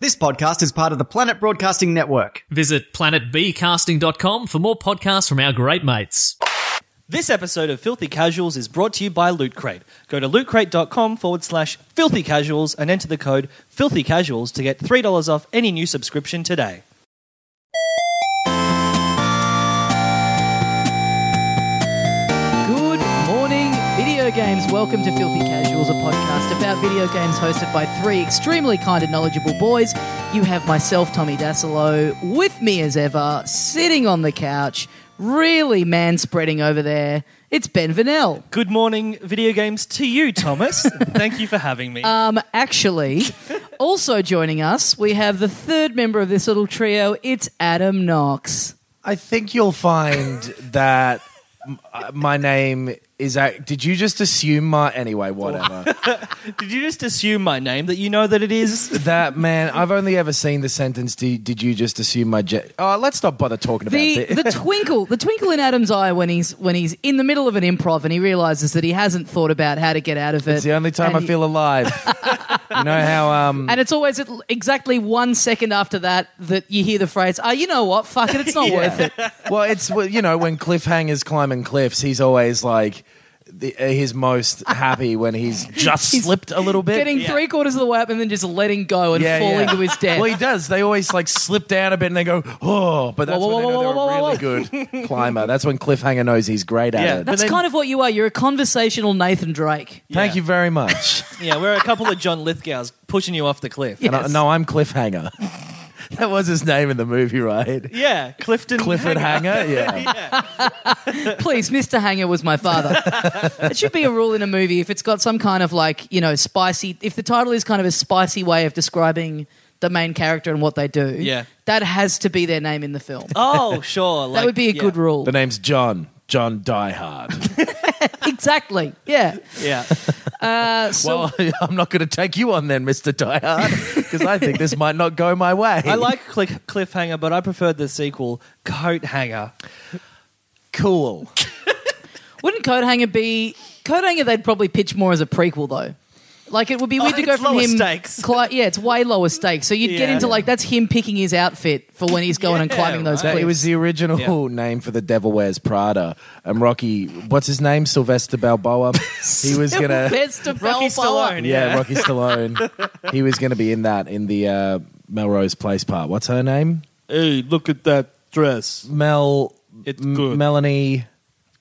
This podcast is part of the Planet Broadcasting Network. Visit planetbcasting.com for more podcasts from our great mates. This episode of Filthy Casuals is brought to you by Loot Crate. Go to lootcrate.com forward slash filthy casuals and enter the code filthy casuals to get $3 off any new subscription today. Good morning, video games. Welcome to Filthy Casuals, a podcast about video games hosted by three extremely kind and knowledgeable boys. You have myself, Tommy Dasilo, with me as ever, sitting on the couch, really man spreading over there. It's Ben Vanel. Good morning, video games to you, Thomas. Thank you for having me. Um, actually, also joining us, we have the third member of this little trio. It's Adam Knox. I think you'll find that m- uh, my name is. Ac- Did you just assume my anyway? Whatever. Did you just assume my name that you know that it is? that man. I've only ever seen the sentence. Did, did you just assume my? Je-? Oh, let's not bother talking about the, this. the twinkle the twinkle in Adam's eye when he's when he's in the middle of an improv and he realizes that he hasn't thought about how to get out of it. It's the only time and I he- feel alive. you know how um and it's always at l- exactly one second after that that you hear the phrase, "Oh, you know what? Fuck it, it's not worth it." well, it's well, you know when cliffhangers climbing cliffs, he's always like the, uh, his most happy when he's just slipped a little bit. Getting three quarters of the way up and then just letting go and falling to his death. Well, he does. They always like slip down a bit and they go, oh, but that's Whoa, whoa, when they whoa, know whoa, whoa, they're a really good climber. That's when Cliffhanger knows he's great at Yeah, it. but That's then- kind of what you are. You're a conversational Nathan Drake. Thank Yeah. you very much. Yeah, we're a couple of John Lithgows pushing you off the cliff. And I- Yes. no, I'm Cliffhanger. that was his name in the movie, right? Yeah, Clifton. Clifford Hanger, yeah. Please, Mr. Hanger was my father. it should be a rule in a movie if it's got some kind of like, you know, spicy, if the title is kind of a spicy way of describing the main character and what they do, Yeah. that has to be their name in the film. Oh, sure. that would be a good rule. The name's John. John Diehard. exactly. Yeah. Yeah. Uh, so Well, I'm not going to take you on then, Mr. Diehard, because I think this might not go my way. I like click, Cliffhanger, but I preferred the sequel, Coat Hanger. cool. wouldn't Code Hanger be. Code Hanger, they'd probably pitch more as a prequel, though. Like, it would be weird to go Oh, it's from lower him. stakes. Cli- yeah, it's way lower stakes. So you'd get Yeah. into like, that's him picking his outfit for when he's going and Yeah, climbing those That, cliffs. it was the original Yeah. name for the Devil Wears Prada. And Rocky, what's his name? Sylvester Balboa. he was gonna, yeah, Best of Rocky Balboa. Stallone. Yeah. Rocky Stallone. he was gonna be in that in the uh, Melrose Place part. What's her name? Hey, look at that dress. Mel. It's M- good. Melanie,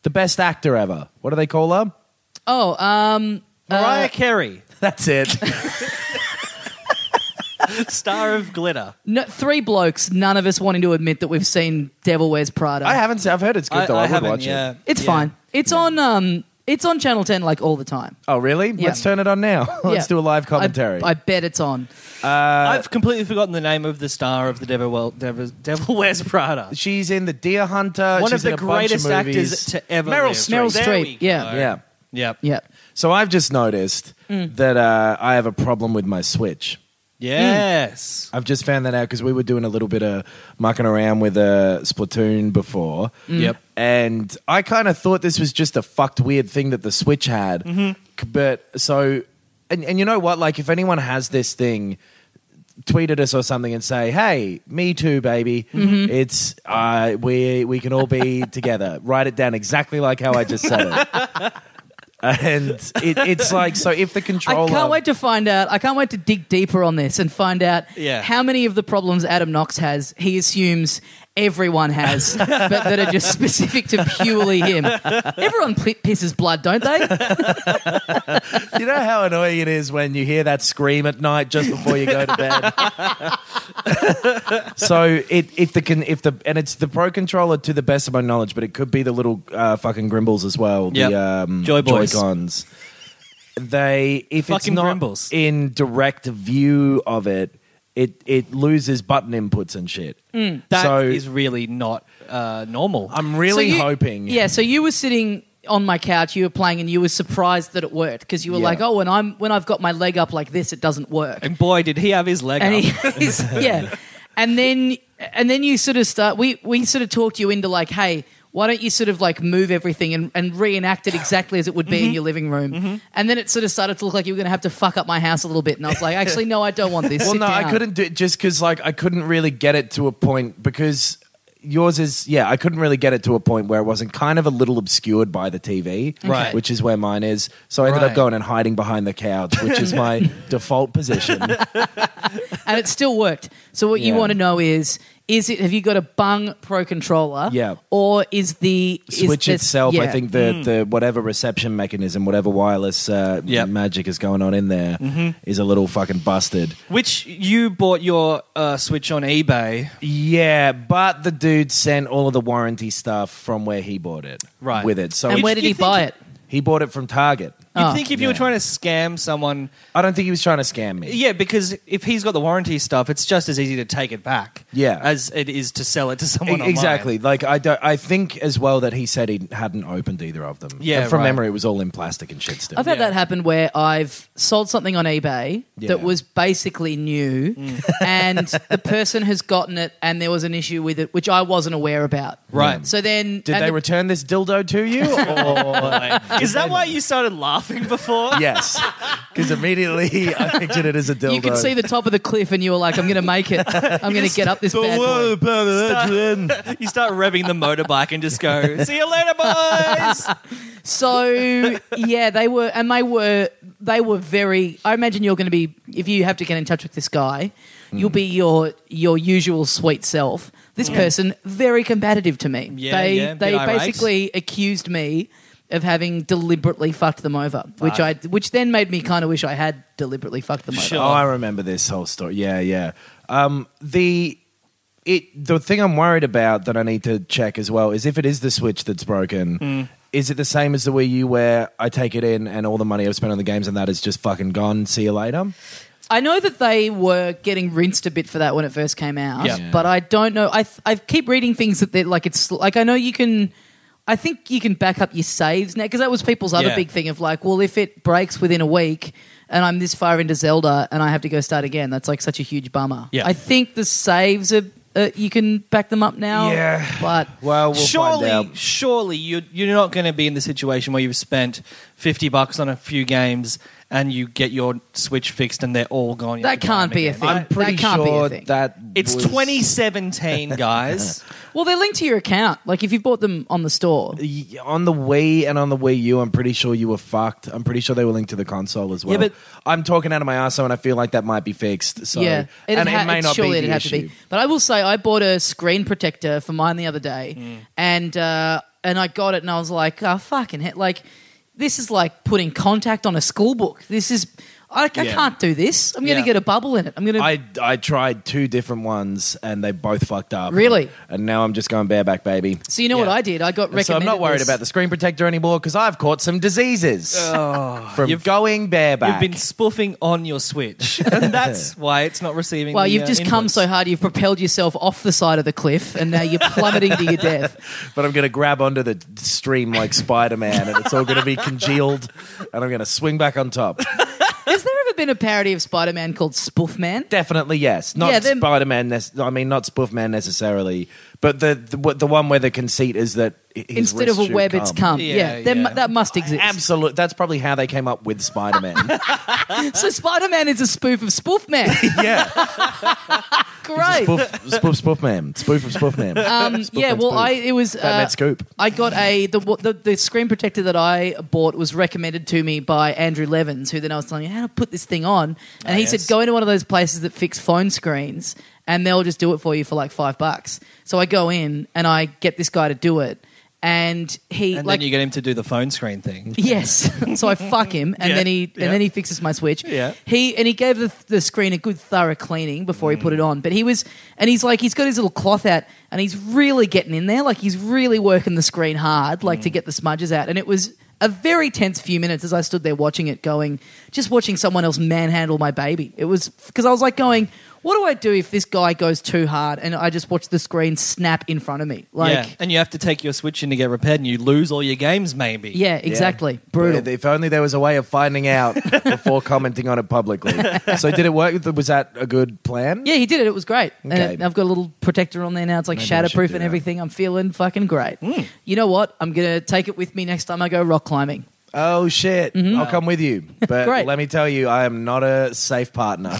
the best actor ever. What do they call her? Oh, um, Mariah Carey, That's it. star of Glitter. no, three blokes. None of us wanting to admit that we've seen Devil Wears Prada. I haven't. I've heard it's good though. I, would haven't, watch yeah. it. It's Yeah. fine. It's on. Um, it's on Channel Ten like all the time. Oh really? Let's turn it on now. Oh, Let's Yeah. do a live commentary. I, I bet it's on. Uh, I've completely forgotten the name of the star of the Devil, well, Devil, Devil Wears Prada. She's in the Deer Hunter. One She's of the in a bunch greatest movies. actors to ever Meryl live. Meryl There Streep, we yeah. go. Yeah. Yep. Yeah. So I've just noticed Mm. that uh, I have a problem with my Switch. Yes. I've just found that out because we were doing a little bit of mucking around with a Splatoon before. Mm. Yep. And I kind of thought this was just a fucked weird thing that the Switch had. Mm-hmm. C- But so, and, and you know what? Like, if anyone has this thing, tweet at us or something and say, "Hey, me too, baby. Mm-hmm. It's uh, we we can all be together." Write it down exactly like how I just said it. and it, it's like so. If the I controller, can't wait to find out. I can't wait to dig deeper on this and find out Yeah. how many of the problems Adam Knox has he assumes everyone has, but that are just specific to purely him. Everyone p- pisses blood, don't they? You know how annoying it is when you hear that scream at night just before you go to bed. so it if the con, if the and it's the pro controller to the best of my knowledge, but it could be the little uh, fucking Grimbles as well. Yep. The um, Joy Boys. Joy-Cons. They if Fucking it's not Grimbles. in direct view of it, it it loses button inputs and shit. Mm. That is so really not uh, normal. I'm really So you- hoping. Yeah, so you were sitting on my couch, you were playing, and you were surprised that it worked because you were Yeah. like, "Oh, when I'm when I've got my leg up like this, it doesn't work." and boy, did he have his leg and up. he, he's, yeah, and then and then you sort of start. We we sort of talked you into like, hey, why don't you sort of like move everything and, and reenact it exactly as it would be Mm-hmm. in your living room? And then it sort of started to look like you were going to have to fuck up my house a little bit. And I was like, actually, no, I don't want this. Well, Sit no, I down. couldn't do it just because like I couldn't really get it to a point because yours is yeah I couldn't really get it to a point where it wasn't kind of a little obscured by the TV, Right. Which is where mine is. So I ended Right. up going and hiding behind the couch, which is my default position. and it still worked. So what you Yeah. want to know is. Is it? Have you got a Bung Pro controller? Yeah. Or is the is Switch this- itself, I yeah. think the the whatever reception mechanism, whatever wireless uh, Yep. magic is going on in there, is a little fucking busted. Which you bought your uh, Switch on eBay. Yeah, but the dude sent all of the warranty stuff from where he bought it, Right. With it, so And he- where did he you think- buy it? he bought it from Target. You'd Oh. think if you were trying to scam someone, I don't think he was trying to scam me. E- yeah, because if he's got the warranty stuff, it's just as easy to take it back, Yeah. as it is to sell it to someone. online. exactly. Like I don't. I think as well that he said he hadn't opened either of them. Yeah, And from right. memory, it was all in plastic and shit. Still, I've had Yeah. that happen where I've sold something on eBay Yeah. that was basically new, Mm. and the person has gotten it, and there was an issue with it, which I wasn't aware about. Right. So then, Did and they the- return this dildo to you? Or Is that why you started laughing before? yes, because immediately I pictured it as a dildo. You could see the top of the cliff, and you were like, "I'm going to make it. I'm going to get up this bad boy." you start revving the motorbike and just go, "See you later, boys." So yeah, they were, and they were, they were very. I imagine you're going to be if you have to get in touch with this guy, you'll be your your usual sweet self. This person very combative to me. Yeah, they yeah, bit they irate. basically accused me of having deliberately fucked them over, which I which then made me kind of wish I had deliberately fucked them over. Sure. Oh, I remember this whole story. Yeah, yeah. Um, the it the thing I'm worried about that I need to check as well is if it is the Switch that's broken. Hmm. Is it the same as the Wii U where I take it in and all the money I've spent on the games and that is just fucking gone? See you later. I know that they were getting rinsed a bit for that when it first came out, Yeah. Yeah. but I don't know. I th- I keep reading things that they're like it's like I know you can. I think you can back up your saves now because that was people's other Yeah. big thing of like, well, if it breaks within a week and I'm this far into Zelda and I have to go start again, that's like such a huge bummer. Yeah. I think the saves are uh, you can back them up now. Yeah. but Well, we'll find out. surely, surely you you're not going to be in the situation where you've spent fifty bucks on a few games and you get your Switch fixed and they're all gone. You have that to buy can't them be a again. thing. I'm pretty that can't sure be a thing. that It's was- 2017, guys. well, they're linked to your account. Like if you bought them on the store, Y- on the Wii and on the Wii U. I'm pretty sure you were fucked. I'm pretty sure they were linked to the console as well. but- I'm talking out of my arsehole and I feel like that might be fixed. So yeah, and ha- it may it's not surely be it'd the have issue. to be. But I will say, I bought a screen protector for mine the other day, Hmm. and uh, and I got it, and I was like, oh fucking hell, like this is like putting contact on a school book. This is. I, I Yeah. can't do this. I'm going to Yeah. get a bubble in it. I'm going to. I I tried two different ones and they both fucked up. Really? And now I'm just going bareback, baby. So you know what yeah. I did? I got And recommended. So I'm not worried this. about the screen protector anymore because I've caught some diseases Oh. from going bareback. You've been spoofing on your Switch, and that's why it's not receiving. Well, the, you've uh, just come inputs. so hard, you've propelled yourself off the side of the cliff, and now you're plummeting to your death. but I'm going to grab onto the stream like Spider Man, and it's all going to be congealed, and I'm going to swing back on top. Has there ever been a parody of Spider-Man called Spoof Man? Definitely yes. Not Yeah, they're- Spider Man. Nec- I mean, not Spoof Man necessarily, but the, the what- the one where the conceit is that his Instead wrist of a should web, it's come. Yeah, Yeah, there mu- yeah. that must exist. Absolute. That's probably how they came up with Spider Man. So Spider Man is a spoof of Spoof Man. yeah. Great. spoof, spoof, spoof, man, spoof of spoof, man. Um, yeah. and Well, spoof. I it was Fat uh, Man Scoop. I got a the, wa- the the screen protector that I bought was recommended to me by Andrew Levins, who then I was telling you how to put this thing on, and he yes. said go into one of those places that fix phone screens. and they'll just do it for you for like five bucks. So I go in and I get this guy to do it, and he And like then you get him to do the phone screen thing. Yes. so I fuck him, and Yeah, then he yeah. and then he fixes my switch. Yeah. He and he gave the, the screen a good thorough cleaning before he put Mm. it on. But he was and he's like he's got his little cloth out, and he's really getting in there. Like he's really working the screen hard, like Mm. to get the smudges out. And it was a very tense few minutes as I stood there watching it, going just watching someone else manhandle my baby. It was because I was like going. What do I do if this guy goes too hard and I just watch the screen snap in front of me? Like, yeah, and you have to take your Switch in to get repaired, and you lose all your games, maybe. yeah, exactly. Brutal. If only there was a way of finding out before commenting on it publicly. So did it work? Was that a good plan? Yeah, he did it. It was great. Okay. And I've got a little protector on there now. It's like Maybe I should shatterproof and do that. Hmm. everything. I'm feeling fucking great. You know what? I'm going to take it with me next time I go rock climbing. Oh shit! I'll come with you, but Mm-hmm. Great. let me tell you, I am not a safe partner.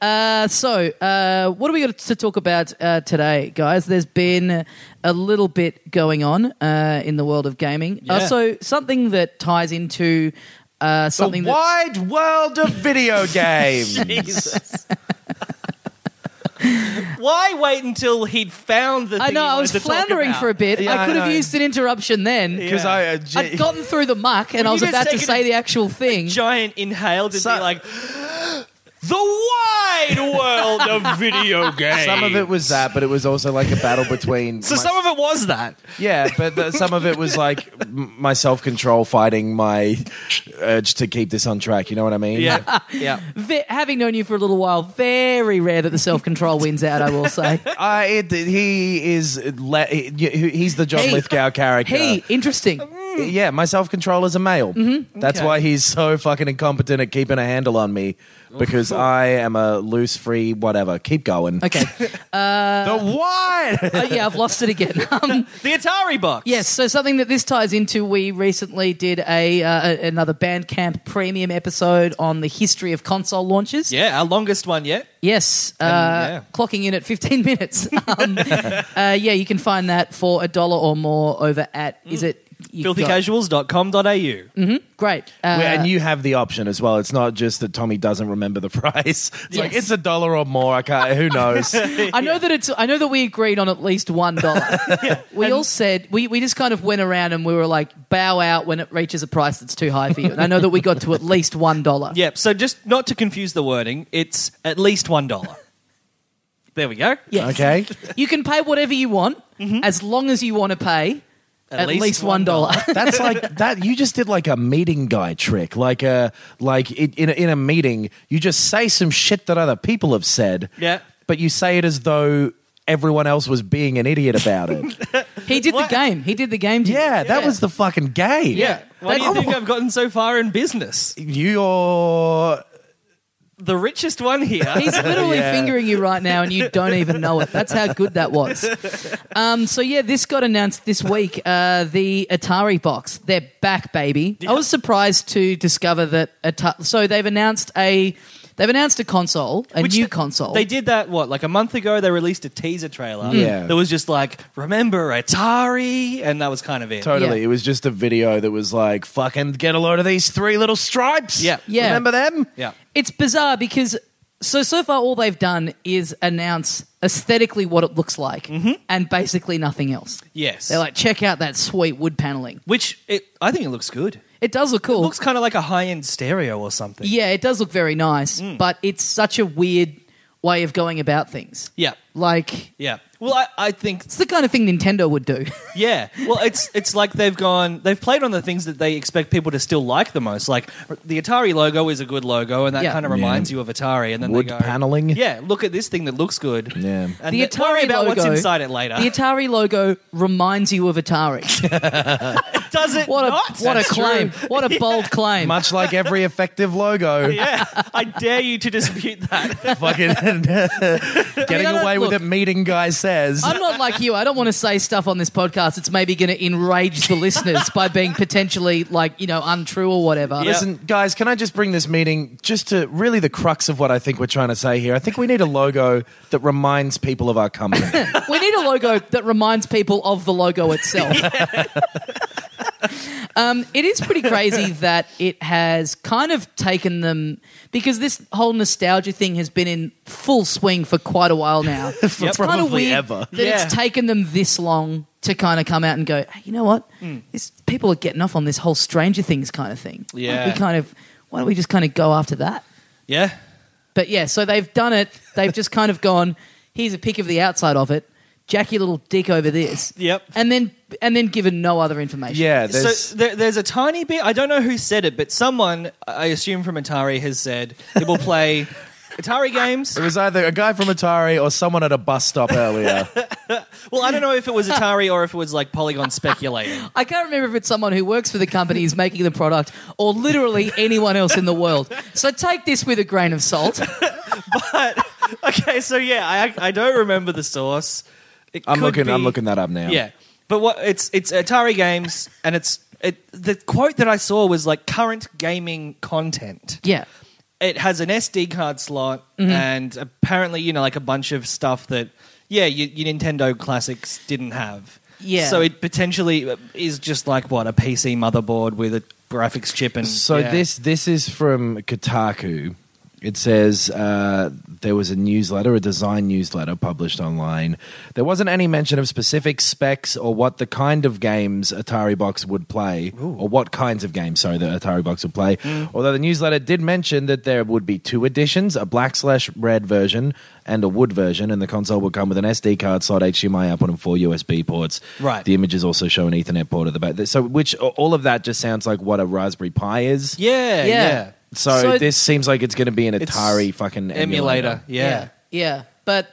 Uh, so, uh, what are we got to talk about uh, today, guys? There's been a little bit going on uh, in the world of gaming. Yeah. Uh, so, something that ties into uh, something the that. wide world of video games. Jesus. Why wait until he'd found the thing I know, he I wanted was to talk floundering about? for a bit. Yeah, I I could have know. used an interruption then. Because I, uh, j- I'd gotten through the muck and I you was just about to taken say a- the actual thing. Giant inhaled and So- be like, the wide world of video games. some of it was that, but it was also like a battle between. So my- some of it was that. yeah, but the, some of it was like m- my self control fighting my urge to keep this on track. You know what I mean? Yeah, yeah. Ve- having known you for a little while, very rare that the self control wins out. I will say. I, it, he is. Le- he- he's the John He- Lithgow character. uh, Mm. Hey, Mm-hmm. interesting. Yeah, my self control is a male. That's Okay. why he's so fucking incompetent at keeping a handle on me because I am a loose, free, whatever. Keep going. Okay, The what? Uh, yeah, I've lost it again. Um, The Atari box. yes, so something that this ties into. We recently did a uh, a- another Bandcamp premium episode on the history of console launches. Yeah, our longest one yet. Yes, uh, yeah. clocking in at 15 minutes. Um, uh, yeah, you can find that for a dollar or more over at Mm. is it you got- Filthycasuals.com.au. Great, uh, Well, and you have the option as well. It's not just that Tommy doesn't remember the price. It's like Yes. it's a dollar or more. I can't. Who knows? I know that it's. I know that we agreed on at least one dollar. We all said we, we just kind of went around and we were like bow out when it reaches a price that's too high for you. And I know that we got to at least one dollar. Yep. So just not to confuse the wording, it's at least one dollar. there we go. Yes. okay. You can pay whatever you want as long as you want to pay at, least, one dollar. That's like that. You just did like a meeting guy trick. Like a like in in a, in a meeting, you just say some shit that other people have said. Yeah. But you say it as though everyone else was being an idiot about it. he did What? the game. He did the game. to Yeah, you. that was the fucking game. Yeah. Why do you That's- think I've gotten so far in business? You're. The richest one here. He's literally Yeah. fingering you right now, and you don't even know it. That's how good that was. Um, so yeah, this got announced this week. Uh, the Atari box, they're back, baby. I was surprised to discover that. Atari- so they've announced a they've announced a console, a Which new they- console. Mm. They did that what like a month ago. They released a teaser trailer. Yeah. that was just like remember Atari, and that was kind of it. Totally. Yeah. It was just a video that was like, fucking get a load of these three little stripes. Yeah. Yeah. Remember them? yeah, It's bizarre because so so far all they've done is announce aesthetically what it looks like, Mm-hmm. and basically nothing else. yes. They're like, check out that sweet wood paneling. which it, I think it looks good. It does look cool. It looks kind of like a high end stereo or something. Yeah, it does look very nice, but it's such a weird way of going about things. yeah, Like, yeah. Well, I, I think it's the kind of thing Nintendo would do. Yeah, well, it's it's like they've gone, they've played on the things that they expect people to still like the most. Like the Atari logo is a good logo, and that Yeah. kind of reminds you of Atari. And then Wood they go, paneling. Yeah, look at this thing that looks good. Yeah. and The the Atari worry about what's logo- inside it later. the Atari logo reminds you of Atari. Does it What a not? what a claim. What a bold claim. Much like every effective logo. yeah, I dare you to dispute that. Fucking getting don't- away with look. it, meeting guy says. I'm not like you. I don't want to say stuff on this podcast that's maybe going to enrage the listeners by being potentially like, you know, untrue or whatever. Yeah. Listen, guys, can I just bring this meeting just to really the crux of what I think we're trying to say here? I think we need a logo that reminds people of our company. We need a logo that reminds people of the logo itself. Um, it is pretty crazy that it has kind of taken them because this whole nostalgia thing has been in full swing for quite a while now. it's kind of probably weird ever. that Yeah. it's taken them this long to kind of come out and go, hey, you know what? This, people are getting off on this whole Stranger Things kind of thing. Why don't Yeah. we kind of why don't we just kind of go after that? Yeah. But yeah, so they've done it. They've just kind of gone. Here's a pic of the outside of it. Jack your little dick over this. Yep. And then and then given no other information. Yeah, there's so there, there's a tiny bit. I don't know who said it, but someone, I assume from Atari, has said it will play Atari games. it was either a guy from Atari or someone at a bus stop earlier. Well, I don't know if it was Atari or if it was like Polygon speculating. I can't remember if it's someone who works for the company who's making the product or literally anyone else in the world. So take this with a grain of salt. Okay, so yeah, I I don't remember the source. It I'm could looking. I'm be- looking that up now. Yeah, but what it's it's Atari games, and it's it. The quote that I saw was like current gaming content. Yeah. it has an SD card slot and apparently, you know, like a bunch of stuff that, yeah, your, your Nintendo classics didn't have. Yeah. So it potentially is just like what a PC motherboard with a graphics chip and So yeah. this this is from Kotaku. It says uh, there was a newsletter, a design newsletter published online. There wasn't any mention of specific specs or what the kind of games Atari Box would play, or what kinds of games, sorry, that Atari Box would play. Mm. Although the newsletter did mention that there would be two editions a black slash red version and a wood version, and the console would come with an SD card slot, HDMI output, and four USB ports. Right. The images also show an Ethernet port at the back. So, which all of that just sounds like what a Raspberry Pi is. yeah, yeah, Yeah. So, So- this seems like it's going to be an It's Atari fucking emulator, emulator. yeah. Yeah. But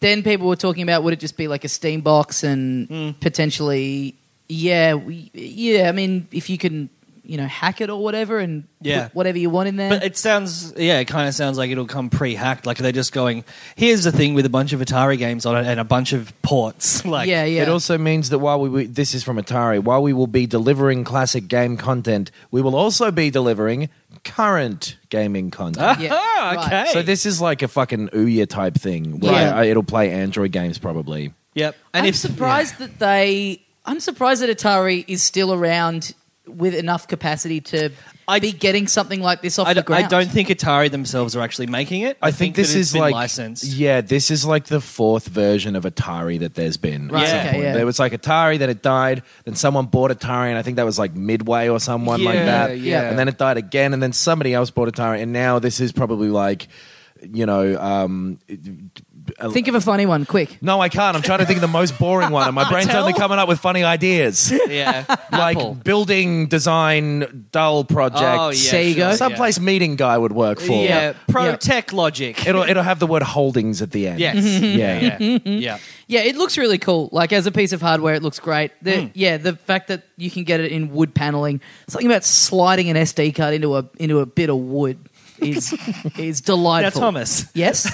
then people were talking about would it just be like a Steam box and Mm. potentially, yeah, we, yeah. I mean, if you can, you know, hack it or whatever and Yeah. put whatever you want in there. But it sounds, yeah, it kind of sounds like it'll come pre-hacked. Like they're just going, here's the thing with a bunch of Atari games on it and a bunch of ports. Like, yeah, yeah. It also means that while we, we this is from Atari, while we will be delivering classic game content, we will also be delivering current gaming content. yeah, Ah, right. okay. So this is like a fucking Ouya type thing. Where Yeah. I- it'll play Android games probably. yep. I'm if- surprised that they. I'm surprised that Atari is still around with enough capacity to I- be getting something like this off I, the d- I ground. don't think Atari themselves are actually making it. I, think, this that it's is been like licensed. Yeah, this is like the fourth version of Atari that there's been. at Right, some okay, point. yeah. There was like Atari, then it died, then someone bought Atari, and I think that was like Midway or someone like Yeah, that. yeah. And then it died again, and then somebody else bought Atari, and now this is probably like, you know, um, think of a funny one, quick. no, I can't. I'm trying to think of the most boring one, and my brain's only coming up with funny ideas. Yeah. like Apple. building design dull project. Oh, yeah, There you go. sure, Someplace meeting guy would work for. Yeah, pro Yeah. tech logic. It'll it'll have the word holdings at the end. Yes. Yeah. yeah, yeah. Yeah, it looks really cool. Like as a piece of hardware, it looks great. The, Hmm. Yeah, the fact that you can get it in wood paneling, something about sliding an SD card into a into a bit of wood is is Now, delightful. Thomas, Yes,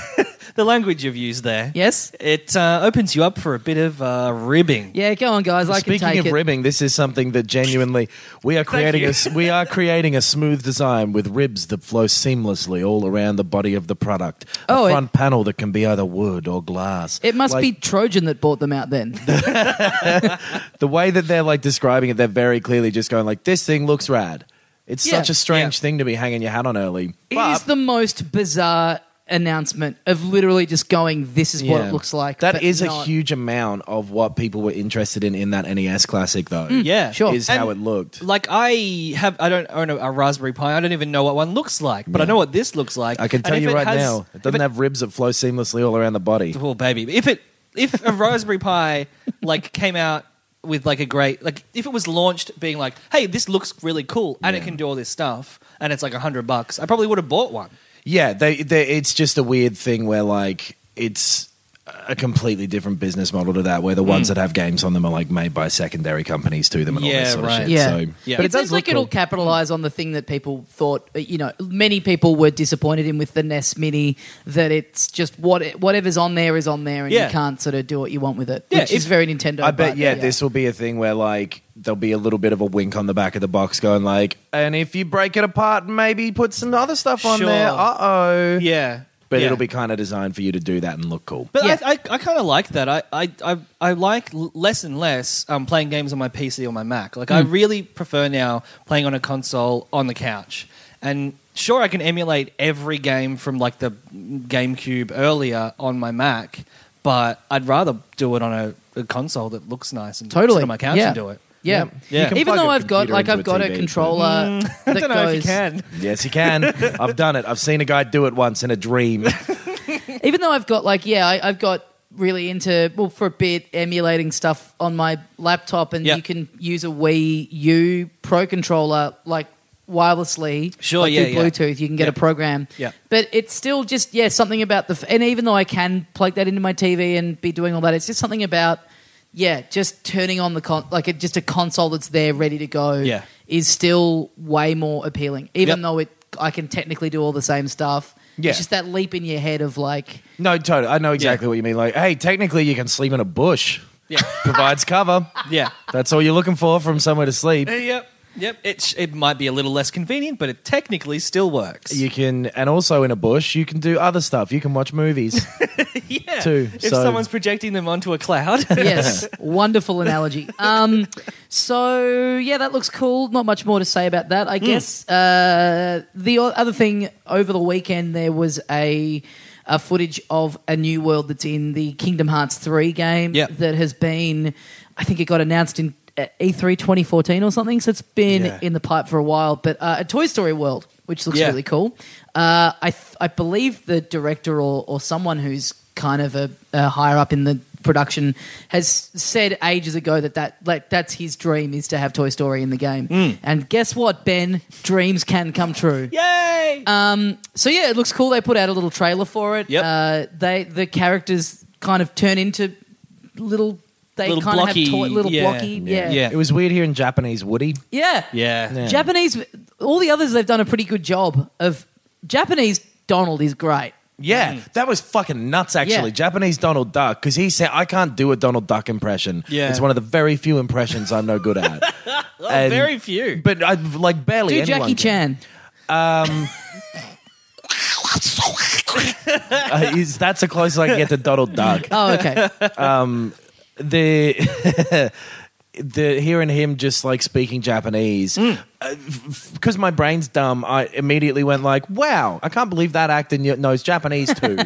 the language you've used there, yes, it uh, opens you up for a bit of uh, ribbing. yeah. Go on, guys. I Speaking can take of it. ribbing, this is something that genuinely we are creating a s- we are creating a smooth design with ribs that flow seamlessly all around the body of the product. Oh, a it- front panel that can be either wood or glass. it must Like, be Trojan that bought them out then. the way that they're like describing it. They're very clearly just going like, "This thing looks rad." It's Yeah. such a strange thing to be hanging your hat on early. It But- is the most bizarre announcement of literally just going, this is what Yeah. it looks like. That but is a not- huge amount of what people were interested in in that NES classic, though. Yeah, Mm. Sure. is And- how it looked. Like I have, I don't own a, a Raspberry Pi. I don't even know what one looks like, but I know what this looks like. I can And tell if you it right has- now, it if doesn't have ribs that flow seamlessly all around the body. Well, baby, if it if a Raspberry Pi like came out with like a great like if it was launched being like, hey, this looks really cool and it can do all this stuff and it's like a hundred bucks, I probably would have bought one. Yeah, they, they, it's just a weird thing where like it's a completely different business model to that, where Mm. the ones that have games on them are like made by secondary companies to them and all Yeah, this sort right. of shit. Yeah. So, Yeah. but it, it, does seems look like it'll cool. capitalize on the thing that people thought. uh, You know, many people were disappointed in with the NES Mini that it's just what whatever's on there is on there, and Yeah. you can't sort of do what you want with it. Yeah, which is if- very Nintendo. I bet but yeah, this will be a thing where like there'll be a little bit of a wink on the back of the box, going like, and if you break it apart, maybe put some other stuff on Sure. there. Uh oh. Yeah. but Yeah. it'll be kind of designed for you to do that and look cool. But Yeah. I, I, I kind of like that. I, I, I, I like l- less and less um, playing games on my PC or my Mac. Like, I Hmm. really prefer now playing on a console on the couch. And sure, I can emulate every game from like the GameCube earlier on my Mac, but I'd rather do it on a, a console that looks nice and Totally. sit on my couch Yeah. and do it. Yeah. Yeah. You can Even plug though a I've got computer like into I've a got TV, a but- Mm, controller that I don't know goes if you can. Yes, you can. I've done it. I've seen a guy do it once in a dream. even though I've got like yeah, I, I've got really into well for a bit emulating stuff on my laptop, and Yeah. you can use a Wii U Pro controller like wirelessly. Sure, like, yeah, through yeah. Bluetooth, you can get Yeah. a program. Yeah. but it's still just yeah something about the f- and even though I can plug that into my TV and be doing all that, it's just something about. Yeah, just turning on the con- like it, just a console that's there ready to go Yeah. is still way more appealing. Even Yep. though it I can technically do all the same stuff. Yeah. It's just that leap in your head of like No, totally. I know exactly Yeah. what you mean. Like, hey, technically, you can sleep in a bush. Yeah. Provides cover. Yeah. That's all you're looking for from somewhere to sleep. Yep. Yep. It, sh- it might be a little less convenient, but it technically still works. You can, and also in a bush, you can do other stuff. You can watch movies. yeah. too, If so- someone's projecting them onto a cloud. yes, wonderful analogy. Um, so yeah, that looks cool. Not much more to say about that, I guess. Uh, the o- other thing over the weekend there was a, a footage of a new world that's in the Kingdom Hearts three game Yep. that has been, I think it got announced in uh, E3 2014 or something. So it's been Yeah. in the pipe for a while. But uh, a Toy Story world, which looks Yeah. really cool. Uh, I th- I believe the director or or someone who's kind of a, a higher up in the production has said ages ago that that like that's his dream is to have Toy Story in the game. Hmm. And guess what, Ben? Dreams can come true. Yay! Um, So yeah, it looks cool. They put out a little trailer for it. Yep. Uh, they the characters kind of turn into little. They Little kind blocky, of have toy, little yeah. blocky. Yeah. Yeah. It was weird hearing Japanese Woody. Yeah. yeah. Japanese. All the others they've done a pretty good job of. Japanese Donald is great. Yeah, Mm. that was fucking nuts. Actually, Yeah. Japanese Donald Duck because he said I can't do a Donald Duck impression. Yeah. it's one of the very few impressions I'm no good at. And- Very few. but I like barely. Do anyone Jackie can. Chan. Uh, is- that's the closest I can get to Donald Duck. Oh, okay. the the hearing him just like speaking Japanese because my brain's dumb. I immediately went like, "Wow, I can't believe that actor kn- knows Japanese too."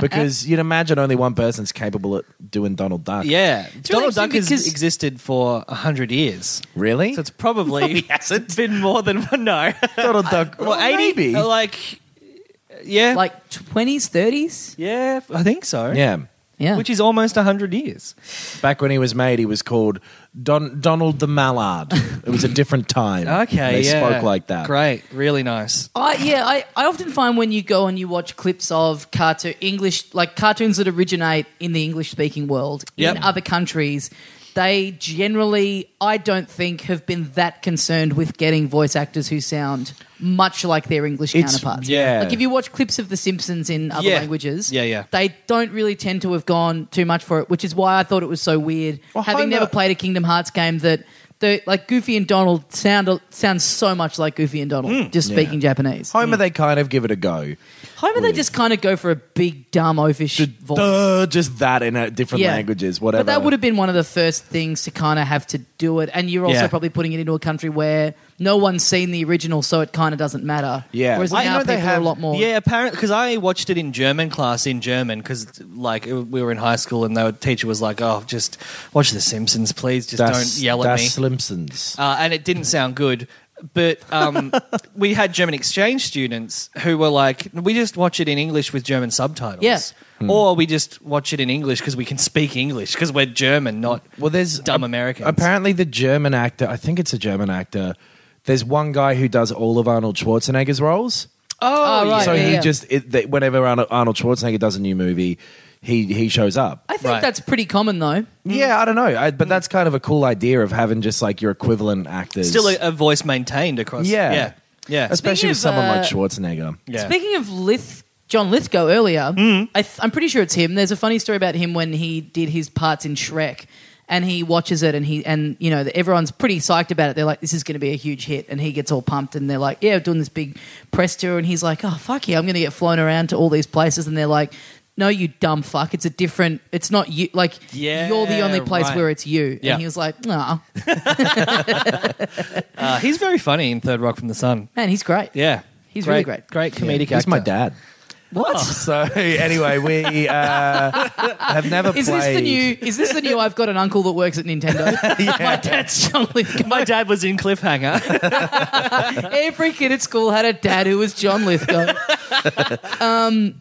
because you'd imagine only one person's capable at doing Donald Duck. yeah. really Donald Duck interesting has because- existed for 100 years. really? So it's probably hasn't. been more than one. No. Donald Duck. Oh, well, 80? maybe. uh, Like, yeah. like 20s, 30s? yeah, I think so. yeah. Yeah. Which is almost 100 years. Back when he was made, he was called Don- Donald the Mallard. It was a different time. Okay. They yeah. spoke like that. Great. Really nice. I, yeah, I, I often find when you go and you watch clips of cartoon English, like cartoons that originate in the English speaking world Yep. in other countries, they generally, I don't think, have been that concerned with getting voice actors who sound much like their English It's- counterparts. yeah. Like if you watch clips of The Simpsons in other Yeah. languages, Yeah, yeah. they don't really tend to have gone too much for it, which is why I thought it was so weird. Well, having Homer- never played a Kingdom Hearts game that the like Goofy and Donald sound sound so much like Goofy and Donald Hmm. just speaking Japanese. Homer, they kind of give it a go. Homer, they just kind of go for a big dumb oafish voice. Duh, just that in uh different Yeah. languages, whatever. But that would have been one of the first things to kind of have to do it, and you're also Yeah. probably putting it into a country where no one's seen the original, so it kind of doesn't matter. Yeah. whereas I now know they people are have- a lot more. Yeah, apparently, because I watched it in German class in German because like it- we were in high school and the teacher was like, "Oh, just watch The Simpsons, please. Just don't yell at that's me." Slimpsons. uh, and it didn't sound good. But um, we had German exchange students who were like, we just watch it in English with German subtitles. Yeah. Hmm. Or we just watch it in English because we can speak English because we're German, not Hmm. well, there's dumb ap- Americans. Apparently, the German actor. I think it's a German actor. There's one guy who does all of Arnold Schwarzenegger's roles. Oh, right. so yeah, he yeah. just it, that whenever Arnold, Arnold Schwarzenegger does a new movie, he he shows up. I think Right. that's pretty common though. yeah, I don't know, I, but that's kind of a cool idea of having just like your equivalent actors. Still a, a voice maintained across. Yeah. Yeah. Yeah. especially Speaking with of, someone uh, like Schwarzenegger. Yeah. Mm. Speaking of Lith, John Lithgow earlier, I th- I'm pretty sure it's him. There's a funny story about him when he did his parts in Shrek. and he watches it and he and you know everyone's pretty psyched about it. They're like, this is going to be a huge hit, and he gets all pumped and they're like, yeah, we're doing this big press tour, and he's like, oh fuck yeah, I'm going to get flown around to all these places, and they're like. No, you dumb fuck. It's a different. It's not you. Like Yeah, you're the only place right. where it's you. Yeah. And he was like, "Nah, Uh, he's very funny in Third Rock from the Sun. man, he's great. Yeah. He's really great. Great comedic actor. Oh, He's my dad. What? So anyway, we uh, have never Is played. this the new? Is this the new? I've got an uncle that works at Nintendo. My dad's John Lithgow. My dad was in Cliffhanger. Every kid at school had a dad who was John Lithgow. the-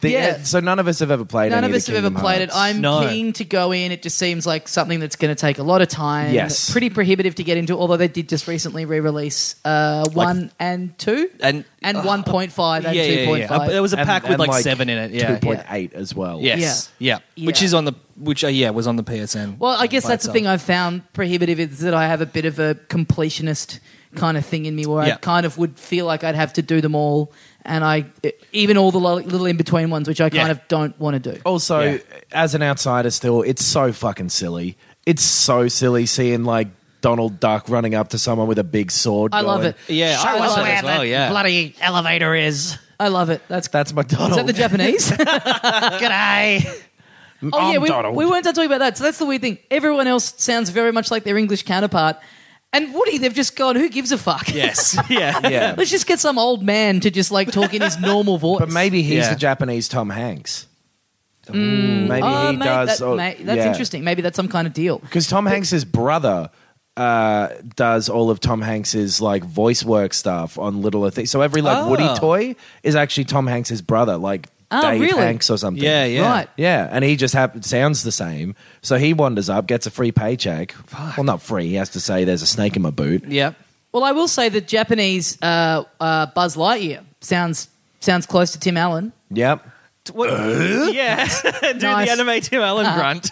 uh, yeah. So none of us have ever played. None any of the us have ever Kingdom played it. Hearts. I'm No. keen to go in. It just seems like something that's going to take a lot of time. Yes. Pretty prohibitive to get into. Although they did just recently re-release uh, one and two and uh, and 1.5 and yeah, yeah, 2.5. yeah. Uh, There was a And- pack with and like, seven in it. Yeah. Two point eight as well. Yes. Yeah. Which Yeah. is on the which uh, yeah was on the PSN. Well, I guess by that's the itself. thing I've found prohibitive is that I have a bit of a completionist kind of thing in me where I Yeah. kind of would feel like I'd have to do them all. And I, even all the lo- little in between ones, which I kind Yeah. Oh. of don't want to do. Also, Yeah. as an outsider, still, it's so fucking silly. It's so silly seeing like Donald Duck running up to someone with a big sword. I love going, it. Yeah, I us love it where as well. Yeah. bloody elevator is. I love it. That's is That's McDonald. that the Japanese? G'day. oh yeah, I'm we, Donald. we weren't done talking about that. So that's the weird thing. Everyone else sounds very much like their English counterpart. And Woody, they've just gone. Who gives a fuck? Yes. Yeah. yeah. Let's just get some old man to just like talk in his normal voice. But maybe he's Yeah. the Japanese Tom Hanks. maybe Oh, he mate, does. that- oh, mate, that's interesting. Maybe that's some kind of deal. Because Tom Hanks's brother uh, does all of Tom Hanks's like voice work stuff on Little Things. So every like Woody Oh. toy is actually Tom Hanks's brother, like Oh, Dave really? Hanks or something. Yeah. Yeah. Right. Yeah, and he just hap- sounds the same. So he wanders up, gets a free paycheck. Well, not free. He has to say there's a snake in my boot. Yeah. Well, I will say that Japanese uh, uh, Buzz Lightyear sounds sounds close to Tim Allen. Yep. What, yeah. Do Nice. Uh-huh. the anime Tim Allen grunt.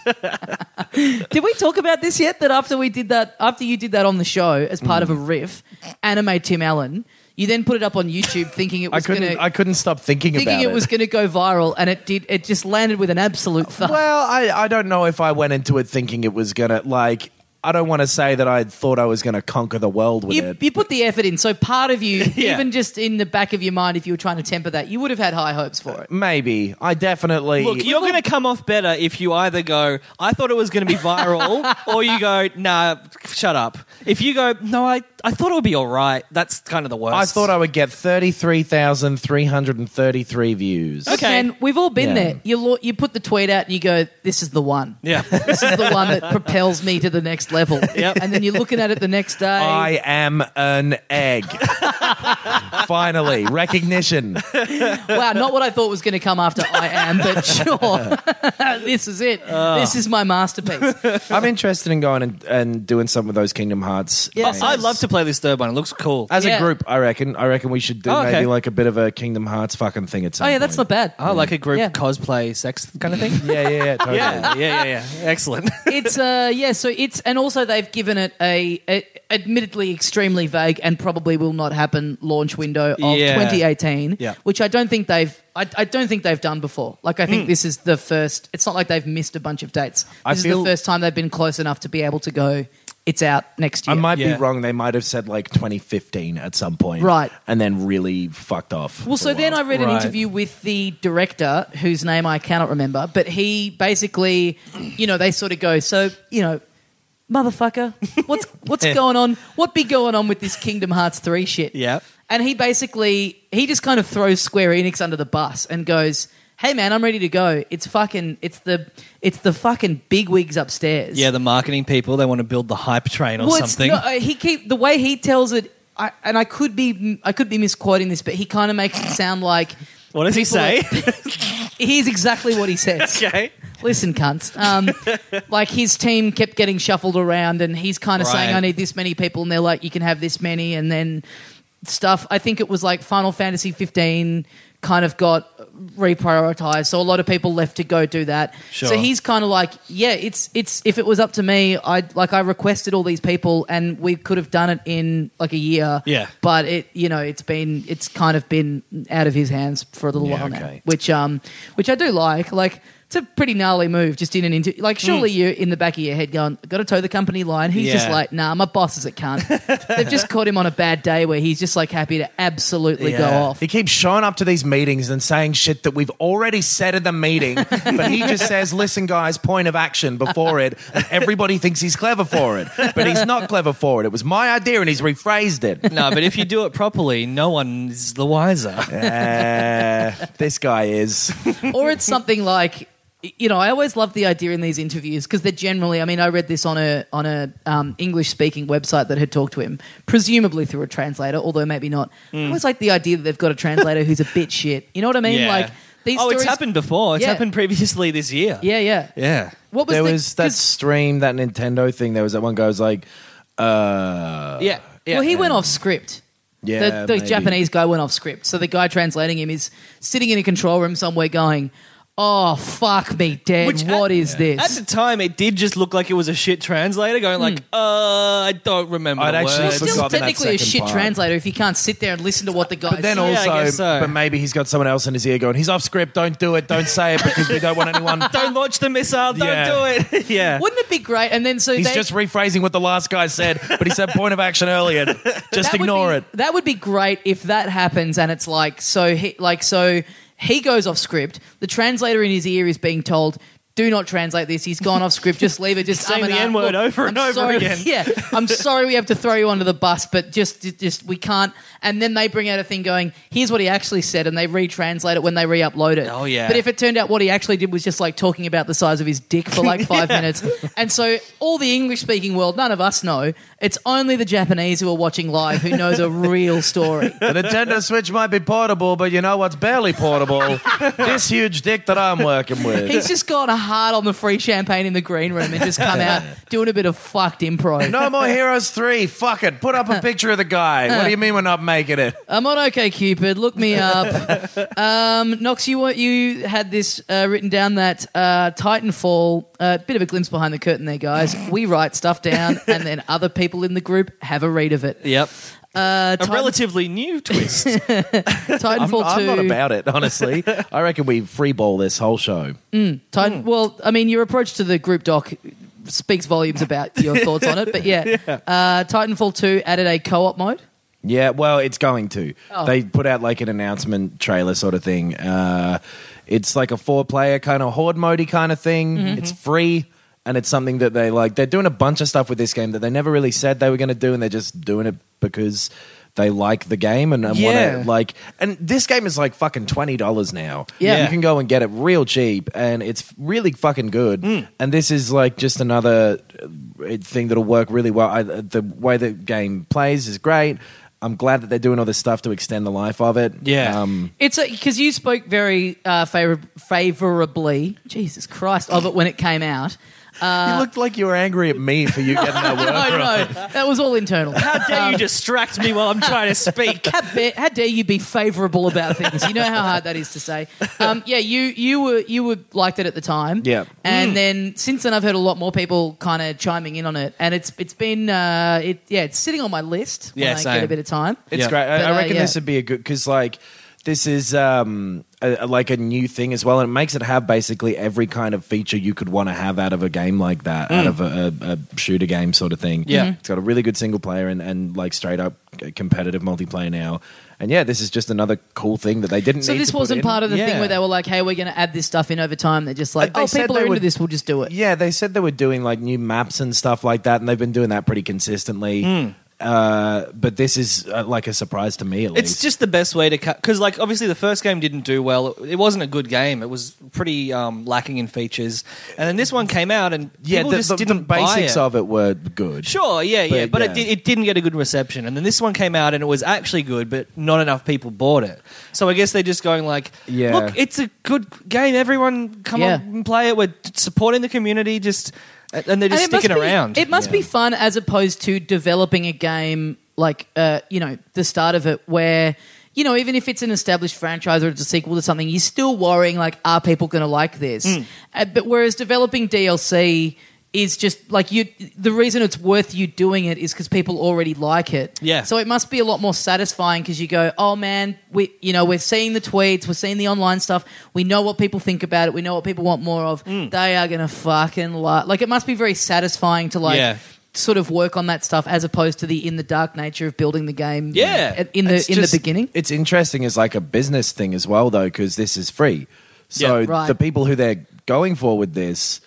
Did we talk about this yet? That after we did that, after you did that on the show as part of a riff, anime Tim Allen, you then put it up on YouTube thinking it I was couldn't. going to I couldn't stop thinking, thinking about it, it. was going to go viral, and it did. It just landed with an absolute thud. well, I, I don't know if I went into it thinking it was gonna like. I don't want to say that I thought I was gonna conquer the world with you, it. you put the effort in, so part of you, Yeah. even just in the back of your mind, if you were trying to temper that, you would have had high hopes for it. Maybe I definitely. Look, you're going to come off better if you either go, I thought it was going to be viral, or you go, nah, shut up. If you go, no, I, I thought it would be all right, that's kind of the worst. I thought I would get thirty-three thousand three hundred and thirty-three views. Okay. And we've all been Yeah. there. You lo- you put the tweet out and you go, "This is the one. Yeah. This is the one that propels me to the next level." Yep. And then you're looking at it the next day. I am an egg. Finally, recognition. wow, not what I thought was going to come after I am, but sure, this is it. this is my masterpiece. I'm interested in going and, and doing some of those Kingdom Hearts. Yeah. games. I love to play this third one. It looks cool. As Yeah. a group, I reckon. I reckon we should do Oh, okay. maybe like a bit of a Kingdom Hearts fucking thing at some Oh yeah, that's not point. bad. oh, like a group Yeah. cosplay sex kind of thing? Yeah, yeah, yeah. Totally. yeah, yeah, yeah, yeah. Excellent. It's uh yeah, so it's and also they've given it a, a admittedly extremely vague and probably will not happen launch window of Yeah. 2018, Yeah. which I don't think they've I, I don't think they've done before. Like I think this is the first. It's not like they've missed a bunch of dates. This I is feel- the first time they've been close enough to be able to go. It's out next year. I might Yeah. be wrong. They might have said like 2015 at some point, Right. And then really fucked off. Well, so then I read an Right. interview with the director, whose name I cannot remember, but he basically, you know, they sort of go, so you know, motherfucker, what's what's going on? What be going on with this Kingdom Hearts three shit? Yeah. and he basically he just kind of throws Square Enix under the bus and goes. Hey man, I'm ready to go. It's fucking it's the it's the fucking big wigs upstairs. yeah, the marketing people, they want to build the hype train or Well, it's- something. no, uh, he keep the way he tells it, I, and I could be I could be misquoting this, but he kind of makes it sound like what does he say? Here's exactly what he says. okay. Listen, cunts. Um, like his team kept getting shuffled around, and he's kind of saying, Right. "I need this many people," and they're like, "You can have this many," and then stuff. I think it was like Final Fantasy 15 kind of got reprioritized, so a lot of people left to go do that. So Sure. he's kind of like, "Yeah, it's it's if it was up to me, I like I requested all these people, and we could have done it in like a year. Yeah. but it you know it's been it's kind of been out of his hands for a little Yeah, while now, okay. which um which I do like. Like It's a pretty gnarly move, just in an inter- like. Surely you're in the back of your head going, "Got to toe the company line." He's just Hmm. Yeah. like, "Nah, my boss is a cunt." They've just caught him on a bad day where he's just like happy to absolutely go Yeah. off. He keeps showing up to these meetings and saying shit that we've already said at the meeting, but he just says, listen, guys, point of action before it. And everybody thinks he's clever for it, but he's not clever for it. It was my idea and he's rephrased it. No, but if you do it properly, no one's the wiser. Uh, this guy is. or it's something like you know i always love the idea in these interviews because they're generally i mean i read this on a on a um, english speaking website that had talked to him presumably through a translator although maybe not Hmm. i always like the idea that they've got a translator who's a bit shit you know what i mean Yeah. like these oh, stories it's happened before. It's Yeah. happened previously this year. yeah yeah Yeah. what was there the, was that 'cause- stream, that Nintendo thing. There was that one guy who was like, uh, Yeah. yeah. well he went off script yeah, the, the maybe. Japanese guy went off script. So the guy translating him is sitting in a control room somewhere going, Oh, fuck me, Which dead. at- What is this? At the time, it did just look like it was a shit translator going like, Hmm. "Uh, I don't remember." I'd the actually words. still forgotten that technically a second shit part. translator if you can't sit there and listen to what the guy But then says. Yeah, I also, guess so. but maybe he's got someone else in his ear going, he's off script, don't do it, don't say it because we don't want anyone. don't launch the missile. Don't Yeah. do it. yeah. Wouldn't it be great? And then so He's they, just rephrasing what the last guy said, but he said point of action earlier. Just that would ignore be- it. That would be great if that happens and it's like so he like so he goes off script. The translator in his ear is being told do not translate this. He's gone off script. Just leave it. Just Saying um, the uh, N-word look, over and over sorry- again. Yeah, I'm sorry we have to throw you under the bus, but just, just we can't. And then they bring out a thing going, here's what he actually said, and they retranslate it when they re-upload it. Oh, yeah. But if it turned out what he actually did was just like talking about the size of his dick for like five minutes, and so all the English-speaking world, none of us know. It's only the Japanese who are watching live who knows a real story. The Nintendo Switch might be portable, but you know what's barely portable? this huge dick that I'm working with. He's just gone hard on the free champagne in the green room and just come out doing a bit of fucked improv. no More Heroes 3, fuck it. Put up a picture of the guy. What do you mean we're not making it? I'm on OK Cupid. Look me up. um, Knox, you were- you had this uh, written down that uh, Titanfall. A bit of a glimpse behind the curtain there, guys. We write stuff down, and then other people in the group have a read of it. Yep. Uh, A Titan- relatively new twist. Oh, I'm, Titanfall I'm two. not about it, honestly. I reckon we freeball this whole show. Hmm. Titan- Well, I mean, your approach to the group doc speaks volumes about your thoughts on it. But yeah, Uh, Titanfall two added a co-op mode. Yeah, well, it's going to. Oh. They put out like an announcement trailer sort of thing. Uh, it's like a four player kind of horde mode kind of thing. It's free and it's something that they like. They're doing a bunch of stuff with this game that they never really said they were going to do and they're just doing it because they like the game and, and Yeah. want to like and this game is like fucking $20 now. Yeah. You can go and get it real cheap and it's really fucking good. And this is like just another uh, thing that'll work really well. I, the way the game plays is great. I'm glad that they're doing all this stuff to extend the life of it. Yeah. Um, It's because you spoke very uh, favor- favorably, Jesus Christ, of it when it came out. you looked like you were angry at me for you getting that word. No, no, that was all internal. How dare you distract me while I'm trying to speak? How, be- how dare you be favourable about things? You know how hard that is to say. Um, yeah, you you were you were liked it at the time. Yeah. Mm. and then since then I've heard a lot more people kind of chiming in on it, and it's it's been uh, it yeah it's sitting on my list when Yeah, I get same. a bit of time. It's Yeah. great. I, But, I uh, reckon yeah. this would be a good because like this is um a, a- like a new thing as well, and it makes it have basically every kind of feature you could want to have out of a game like that, out of a, a, a shooter game sort of thing. Mm. Mm-hmm. Yeah. Mhm. it's got a really good single player and and like straight up uh, competitive multiplayer now. And yeah, this is just another cool thing that they didn't. So need this to put wasn't in. part of the thing Yeah. where they were like, "Hey, we're going to add this stuff in over time." They're just like, They "Oh, said people they are into would- this. We'll just do it." Yeah, they said they were doing like new maps and stuff like that, and they've been doing that pretty consistently. Hmm. Uh, but this is uh, like a surprise to me. At least It's just the best way to cut because, like, obviously the first game didn't do well. It, it wasn't a good game. It was pretty um, lacking in features. And then this one came out, and people just didn't buy basics it. of it were good. Sure, yeah, yeah, But, but yeah. It, did, it didn't get a good reception. And then this one came out, and it was actually good, but not enough people bought it. So I guess they're just going like, Yeah. "Look, it's a good game. Everyone, come Yeah. on and play it. We're t- supporting the community. Just and they're just And it must sticking be- around. It must be fun as opposed to developing a game like uh, you know the start of it where. You know, even if it's an established franchise or it's a sequel to something, you're still worrying like, are people going to like this? Uh, but whereas developing DLC, is just like you the reason it's worth you doing it is because people already like it Yeah. so it must be a lot more satisfying because you go oh man we you know we're seeing the tweets we're seeing the online stuff we know what people think about it we know what people want more of they are gonna fucking like like it must be very satisfying to like Yeah. sort of work on that stuff as opposed to the in the dark nature of building the game Yeah. at- in the It's in just- the beginning It's interesting as like a business thing as well, though, because this is free. So Yeah. Right. the people who they're going for with this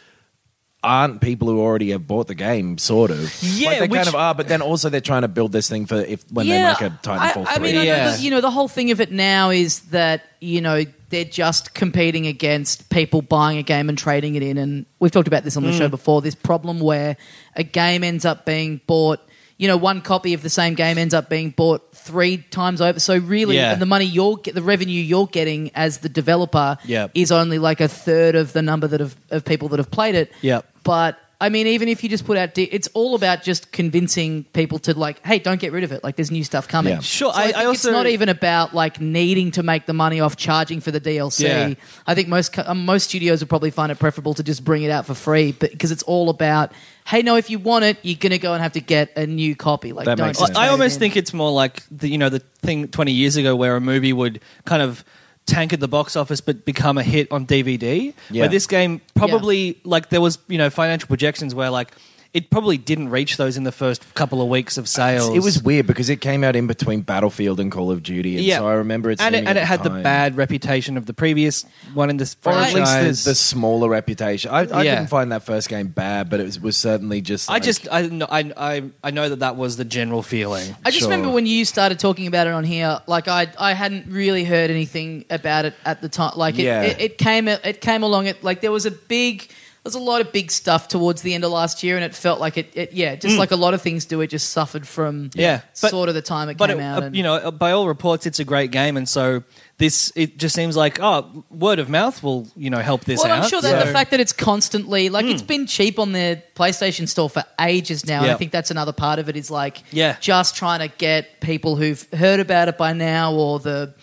aren't people who already have bought the game, sort of. Yeah, like they which- kind of are, but then also they're trying to build this thing for if when they make a Titanfall I, I three. mean, I know Yeah. that, you know, the whole thing of it now is that you know they're just competing against people buying a game and trading it in, and we've talked about this on the Hmm. show before. This problem where a game ends up being bought. You know, one copy of the same game ends up being bought three times over. So really, Yeah. the money you're get, the revenue you're getting as the developer Yep. is only like a third of the number that have, of people that have played it. Yep. But I mean, even if you just put out, di- it's all about just convincing people to like, hey, don't get rid of it. Like, there's new stuff coming. Yeah. Sure, So I- I, think I it's also- not even about like needing to make the money off charging for the DLC. Yeah. I think most co- uh, most studios would probably find it preferable to just bring it out for free, but because it's all about, hey, no, if you want it, you're gonna go and have to get a new copy. Like, That don't makes just sense. trade I it almost in. think it's more like the you know the thing twenty years ago where a movie would kind of tank at the box office but become a hit on DVD. Yeah. Where this game probably like there was you know financial projections where like it probably didn't reach those in the first couple of weeks of sales. it was weird because it came out in between Battlefield and Call of Duty, and yeah. so I remember it's and it, and it had the bad reputation of the previous one in this or at franchise. least the, the smaller reputation. I, I Yeah. didn't find that first game bad, but it was, was certainly just. I like- just I, kn- I I I know that that was the general feeling. I just Sure. remember when you started talking about it on here, like I I hadn't really heard anything about it at the time. Like it, Yeah. it, it came it came along. It like there was a big there was a lot of big stuff towards the end of last year, and it felt like it, it yeah, just like a lot of things do. It just suffered from Hmm. Yeah, but- sort of the time it but came it- out. uh, and, you know, uh, by all reports, it's a great game, and so this it just seems like oh, word of mouth will you know help this well, out. I'm sure that So- the fact that it's constantly like it's been cheap on the PlayStation Store for ages now, and I Yeah. think that's another part of it is like Yeah. just trying to get people who've heard about it by now, or the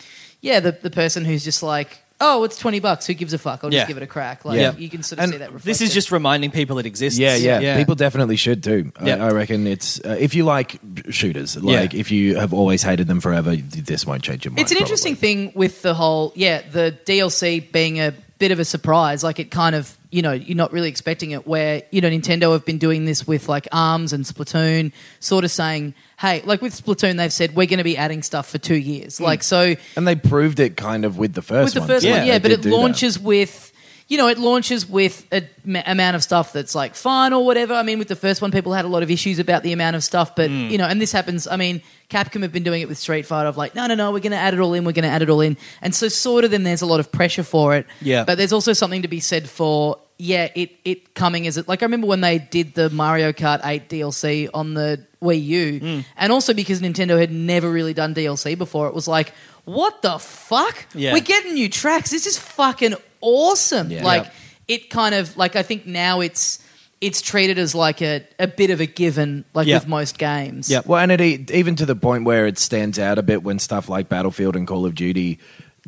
yeah, the, the person who's just like, oh, it's twenty bucks, who gives a fuck? I'll Yeah. just give it a crack. Like Yeah. you can sort of And see that. Reflected. this is just reminding people it exists. Yeah, yeah, People definitely should too. Yeah. I, I reckon it's uh, if you like shooters, like if you have always hated them forever, this won't change your mind. It's an interesting probably. thing with the whole, yeah, the DLC being a bit of a surprise. Like it kind of, you know, you're not really expecting it. Where you know, Nintendo have been doing this with like Arms and Splatoon, sort of saying, hey, like with Splatoon, they've said we're going to be adding stuff for two years. Like so, and they proved it kind of with the with first the one. first too. one, They yeah, but did it do that. launches with. You know, it launches with a m- amount of stuff that's like fun or whatever. I mean, with the first one, people had a lot of issues about the amount of stuff, but Mm. you know, and this happens. I mean, Capcom have been doing it with Street Fighter of like, no, no, no, we're going to add it all in, we're going to add it all in, and so sort of then there's a lot of pressure for it. Yeah. but there's also something to be said for yeah, it it coming as it like I remember when they did the Mario Kart 8 DLC on the Wii U, Mm. and also because Nintendo had never really done DLC before, it was like, what the fuck? Yeah. We're getting new tracks. This is fucking awesome. Yeah. Like Yep. it kind of like I think now it's it's treated as like a, a bit of a given, like Yeah. with most games. Yep. Well, and it e- even to the point where it stands out a bit when stuff like Battlefield and Call of Duty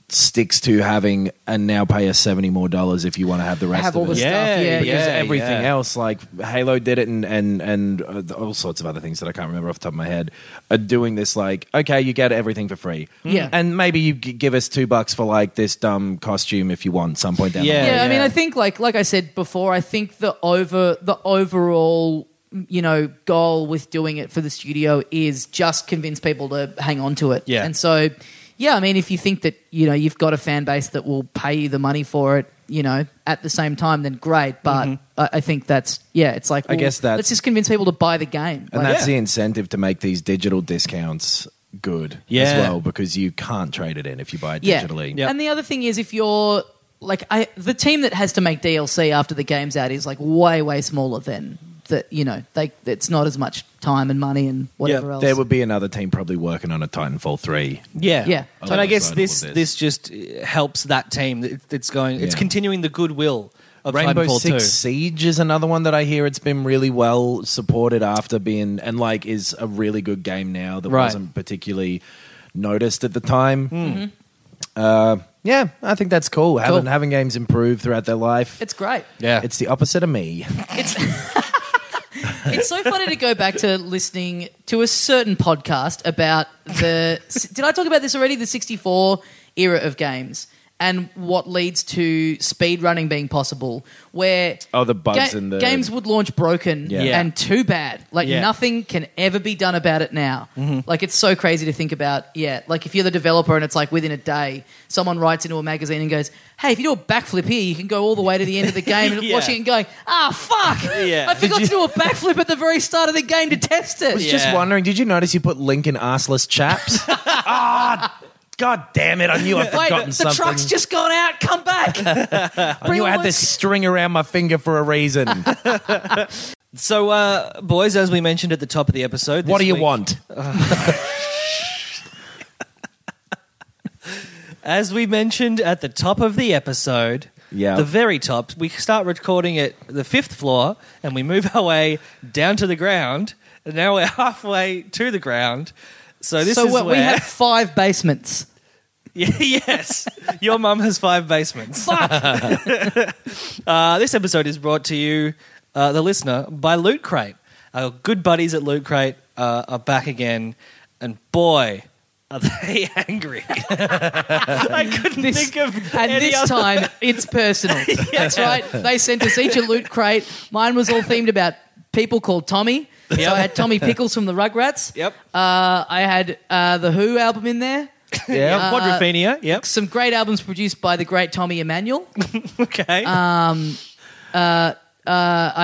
sticks to having and now pay us seventy more dollars if you want to have the rest Have of all it. the Yeah, stuff. Yeah, because yeah, everything yeah. else, like Halo did it, and and and uh, th- all sorts of other things that I can't remember off the top of my head, are doing this. Like, okay, you get everything for free, Mm-hmm. Yeah. and maybe you g- give us two bucks for like this dumb costume if you want some point down. the Yeah. line. yeah, I mean, I think like like I said before, I think the over the overall you know goal with doing it for the studio is just convince people to hang on to it. Yeah. and so yeah, I mean, if you think that you know you've got a fan base that will pay you the money for it, you know, at the same time, then great. But I, I think that's yeah, it's like Mm-hmm. I well, guess that's- let's just convince people to buy the game. and Like, that's Yeah. the incentive to make these digital discounts good as Yeah. well because you can't trade it in if you buy it yeah. digitally. And the other thing is if you're like I the team that has to make DLC after the game's out is like way way smaller than that you know they it's not as much time and money and whatever else. There would be another team probably working on a Titanfall three. Yeah, Yeah. And I guess Alongside all this of this. this. just uh, helps that team. It, it's going. It's Yeah. continuing the goodwill of Rainbow Titanfall Six 2. Siege is another one that I hear it's been really well supported after being and like is a really good game now that Right. Mm-hmm. wasn't particularly noticed at the time. Uh, Yeah, I think that's cool. Having having games improve throughout their life. It's great. Yeah. It's the opposite of me. It's it's so funny to go back to listening to a certain podcast about the. did I talk about this already? The '64 era of games and what leads to speed running being possible, where Oh, the bugs and the- games would launch broken Yeah. and too bad. Like Yeah. nothing can ever be done about it now. Like it's so crazy to think about. Yeah, like if you're the developer and it's like within a day, someone writes into a magazine and goes, "Hey, if you do a backflip here, you can go all the way to the end of the game." And Yeah. watching it going, "Ah, fuck! Yeah. I forgot Did to do a backflip at the very start of the game to test it." I was just Yeah. wondering, did you notice you put link in arseless chaps? Ah, god damn it! I knew I'd Wait, forgotten the something. truck's just gone out. Come back. I knew I had this string around my finger for a reason. So, uh, boys, as we mentioned at the top of the episode, what this do you week- want? As we mentioned at the top of the episode, Yeah. the very top, we start recording at the fifth floor and we move our way down to the ground. And now we're halfway to the ground. So this so is what, where we have five basements. Yeah, yes, your mum has five basements. uh, this episode is brought to you, uh, the listener, by Loot Crate. Our good buddies at Loot Crate uh, are back again, and boy, are they angry! I couldn't This- think of And any this other- time, it's personal. That's right. They sent us each a loot crate. Mine was all themed about people called Tommy. Yep. So I had Tommy Pickles from the Rugrats. Yep. Uh, I had uh, the Who album in there. uh, Yeah. Yeah, Quadrophenia. Yep. Some great albums produced by the great Tommy Emmanuel. Okay. uh, I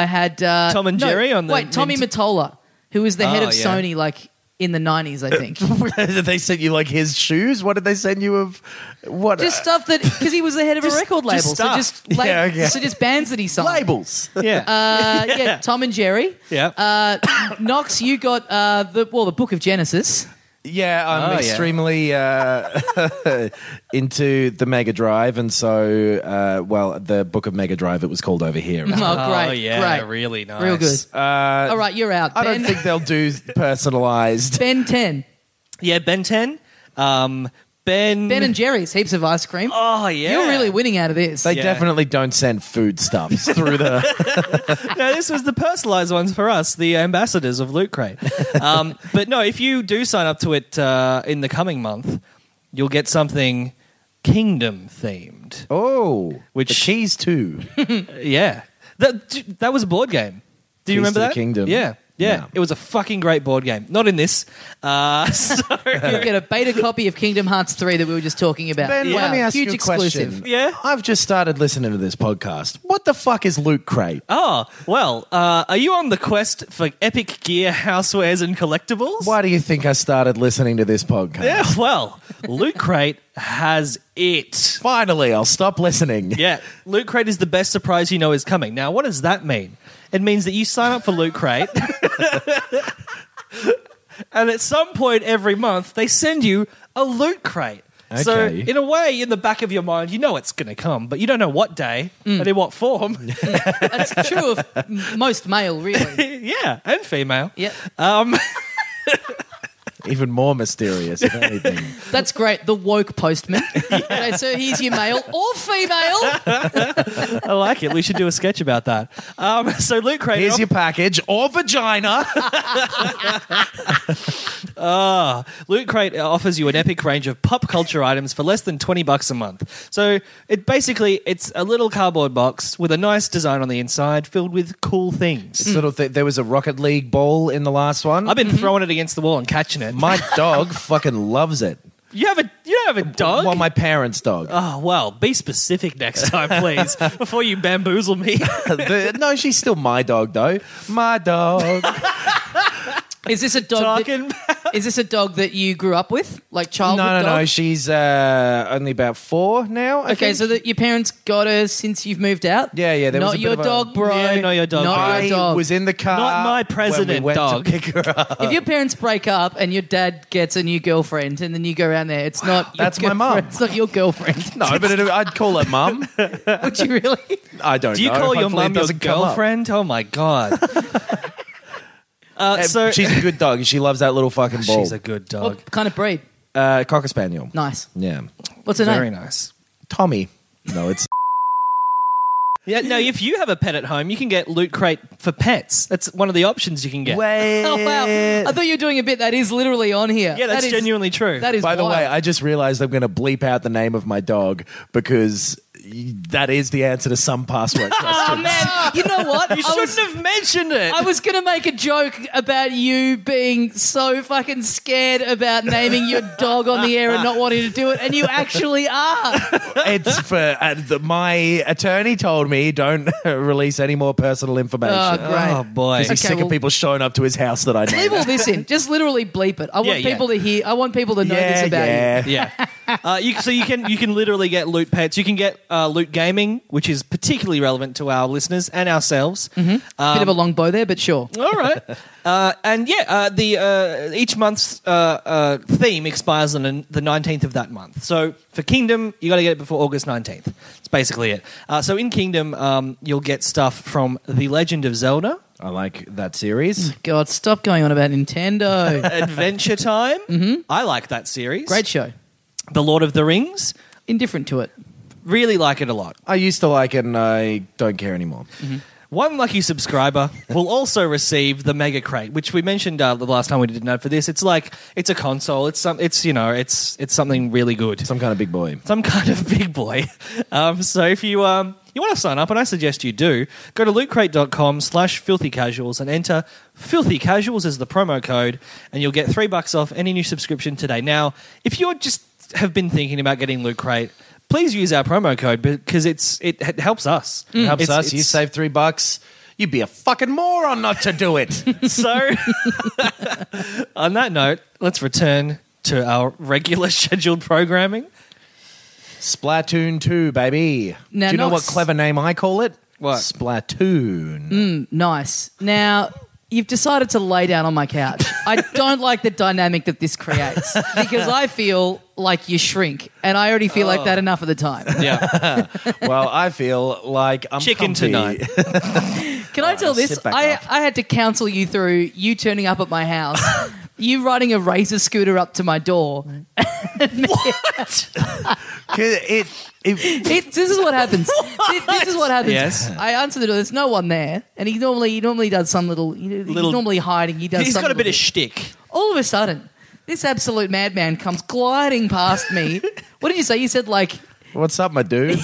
had uh, Tom and no, Jerry on the wait Tommy Nint- Matola, who was the head Oh, of yeah. Sony like in the nineties, I think. did they send you like his shoes? What did they send you of? What just stuff that because he was the head of a record label, so stuff. just like Yeah, okay. so just bands that he signed. uh, labels? yeah. Uh, yeah. Tom and Jerry. yeah. Uh, Knox, you got uh, the well, the Book of Genesis. Yeah, I'm Oh, yeah. extremely Uh, into the Mega Drive, and so uh, well, the Book of Mega Drive it was called over here. Oh, great, oh yeah. great, Really nice. real good. All right, you're out. Uh, I Ben, don't think they'll do personalized. Ben Ten, Yeah. Ben Ten. Um. Ben. Ben and Jerry's, heaps of ice cream. Oh yeah. You're really winning out of this. They Yeah. definitely don't send foodstuffs through the. no, this was the personalized ones for us, the ambassadors of Loot Crate. Um, but no, if you do sign up to it uh, in the coming month, you'll get something kingdom themed. Oh, Which- the cheese too. Yeah, that that was a board game. Do you Keys remember to the that Kingdom. Yeah, yeah, No. it was a fucking great board game. Not in this. Uh, so, You'll get a beta copy of Kingdom Hearts 3 that we were just talking about. Ben, Wow, let me ask huge you a exclusive. question. Yeah? I've just started listening to this podcast. What the fuck is Loot Crate? oh well, uh, are you on the quest for epic gear, housewares, and collectibles? Why do you think I started listening to this podcast? Yeah, well, Loot Crate has it. Finally, I'll stop listening. Yeah, Loot Crate is the best surprise you know is coming. Now, what does that mean? It means that you sign up for Loot Crate, and at some point every month they send you a Loot Crate. So, Okay. in a way, in the back of your mind, you know it's going to come, but you don't know what day Hmm. and in what form. That's true of m- most male, really. yeah, and female. Yep. Even more mysterious, if anything. That's great. The woke postman. Okay, so here's your male or female. I like it. We should do a sketch about that. Um, so, Loot Crate. Here's your package or vagina. Loot Crate offers you an epic range of pop culture items for less than 20 bucks a month. So it basically it's a little cardboard box with a nice design on the inside filled with cool things. Sort of thi- there was a Rocket League ball in the last one. I've been throwing it against the wall and catching it. Mm-hmm. my dog fucking loves it. you have a you don't have a dog? Well, my parents' dog. oh well, be specific next time, please, before you bamboozle me. The- no, she's still my dog though. My dog. Is this a dog? That, Talking is this a dog that you grew up with, like no, childhood? no, dog? no. She's uh, only about four now. I Okay, think. so that your parents got her since you've moved out. Yeah, yeah, there was Not a bit your of a- dog, bro. Yeah, not your dog, Not bro. your I dog. was in the car. Not my when we president went to dog. pick her up. if your parents break up and your dad gets a new girlfriend, and then you go around there, it's not. Your That's my mum. girlfriend- It's not your girlfriend. No, but it, I'd call her mum. Would you really? I don't. Do you know. call your Hopefully it mum your doesn't come up. girlfriend? Oh my god. Uh, Uh, so she's a good dog. She loves that little fucking ball. she's a good dog. What kind of breed? uh, cocker spaniel. Nice. Yeah. What's her Very name? nice. Tommy. No, it's Yeah, no, if you have a pet at home, you can get Loot Crate for pets. That's one of the options you can get. way. Oh wow! I thought you were doing a bit that is literally on here. yeah, that's That is- genuinely true. That is. By the wild. way, I just realized I'm going to bleep out the name of my dog because y- that is the answer to some password Oh, questions. Oh, you know what? you I shouldn't was- have mentioned it. I was gonna make a joke about you being so fucking scared about naming your dog on the air and not wanting to do it, and you actually are. it's for uh, the, my attorney told me don't release any more personal information. Oh, great. oh boy. 'Cause He's Okay, sick well- of people showing up to his house that I know. Leave all this in. Just literally bleep it. I want Yeah, yeah. people to hear. I want people to know yeah, this about you. yeah. Yeah. Uh, you, so you can you can literally get loot pets. You can get uh, loot gaming, which is particularly relevant to our listeners and ourselves. Mm-hmm. Bit of Um, a long bow there, but sure. All right. Uh, and yeah, uh, the uh, each month's uh, uh, theme expires on an- the nineteenth of that month. So for Kingdom, you got to get it before August nineteenth. That's basically it. Uh, so in Kingdom, um, you'll get stuff from The Legend of Zelda, I like that series. God, stop going on about Nintendo. Adventure Time. mm-hmm. I like that series. Great show. The Lord of the Rings. Indifferent to it. Really like it a lot. I used to like it and I don't care anymore. One lucky subscriber will also receive the Mega Crate, which we mentioned uh, the last time we did an ad for this. It's like it's a console. It's some. It's you know. It's it's something really good. Some kind of big boy. some kind of big boy. Um, so if you um, you want to sign up, and I suggest you do, go to lootcrate.com slash filthy casuals and enter filthy casuals as the promo code, and you'll get three bucks off any new subscription today. Now, if you just have been thinking about getting Loot Crate, please use our promo code because it's it, it helps us. It Helps us. you save three bucks. You'd be a fucking moron not to do it. So, on that note, let's return to our regular scheduled programming. Splatoon 2, baby. Now, Do you know not what s- clever name I call it? What? Splatoon. Nice. Now, you've decided to lay down on my couch. I don't like the dynamic that this creates because I feel like you shrink, and I already feel like that Oh. enough of the time. Yeah, well, I feel like I'm Chicken comfy. tonight. Can I tell this? sit back I, up. I had to counsel you through you turning up at my house, you riding a razor scooter up to my door. 'Cause it, it, It, this is what happens. Thi- This is what happens. Yes. I answer the door. There's no one there, and he normally he normally does some little. He, Little- he's normally hiding. He does. he's some got a bit little- of shtick. All of a sudden, this absolute madman comes gliding past me. what did you say? You said like. what's up, my dude? and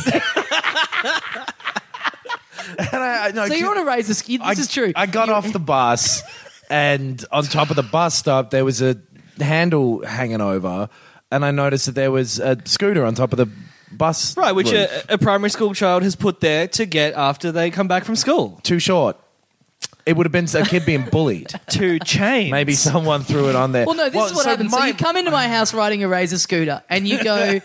I, I, no, So you're on a razor scooter. This I- is true. I got off the bus, and on top of the bus stop, there was a handle hanging over, and I noticed that there was a scooter on top of the bus. Right, which roof. uh, a, a primary school child has put there to get after they come back from school too short. It would have been a kid being bullied. to change. Maybe someone threw it on there. Well, no, this is what so happens. so my- you come into my house riding a razor scooter, and you go,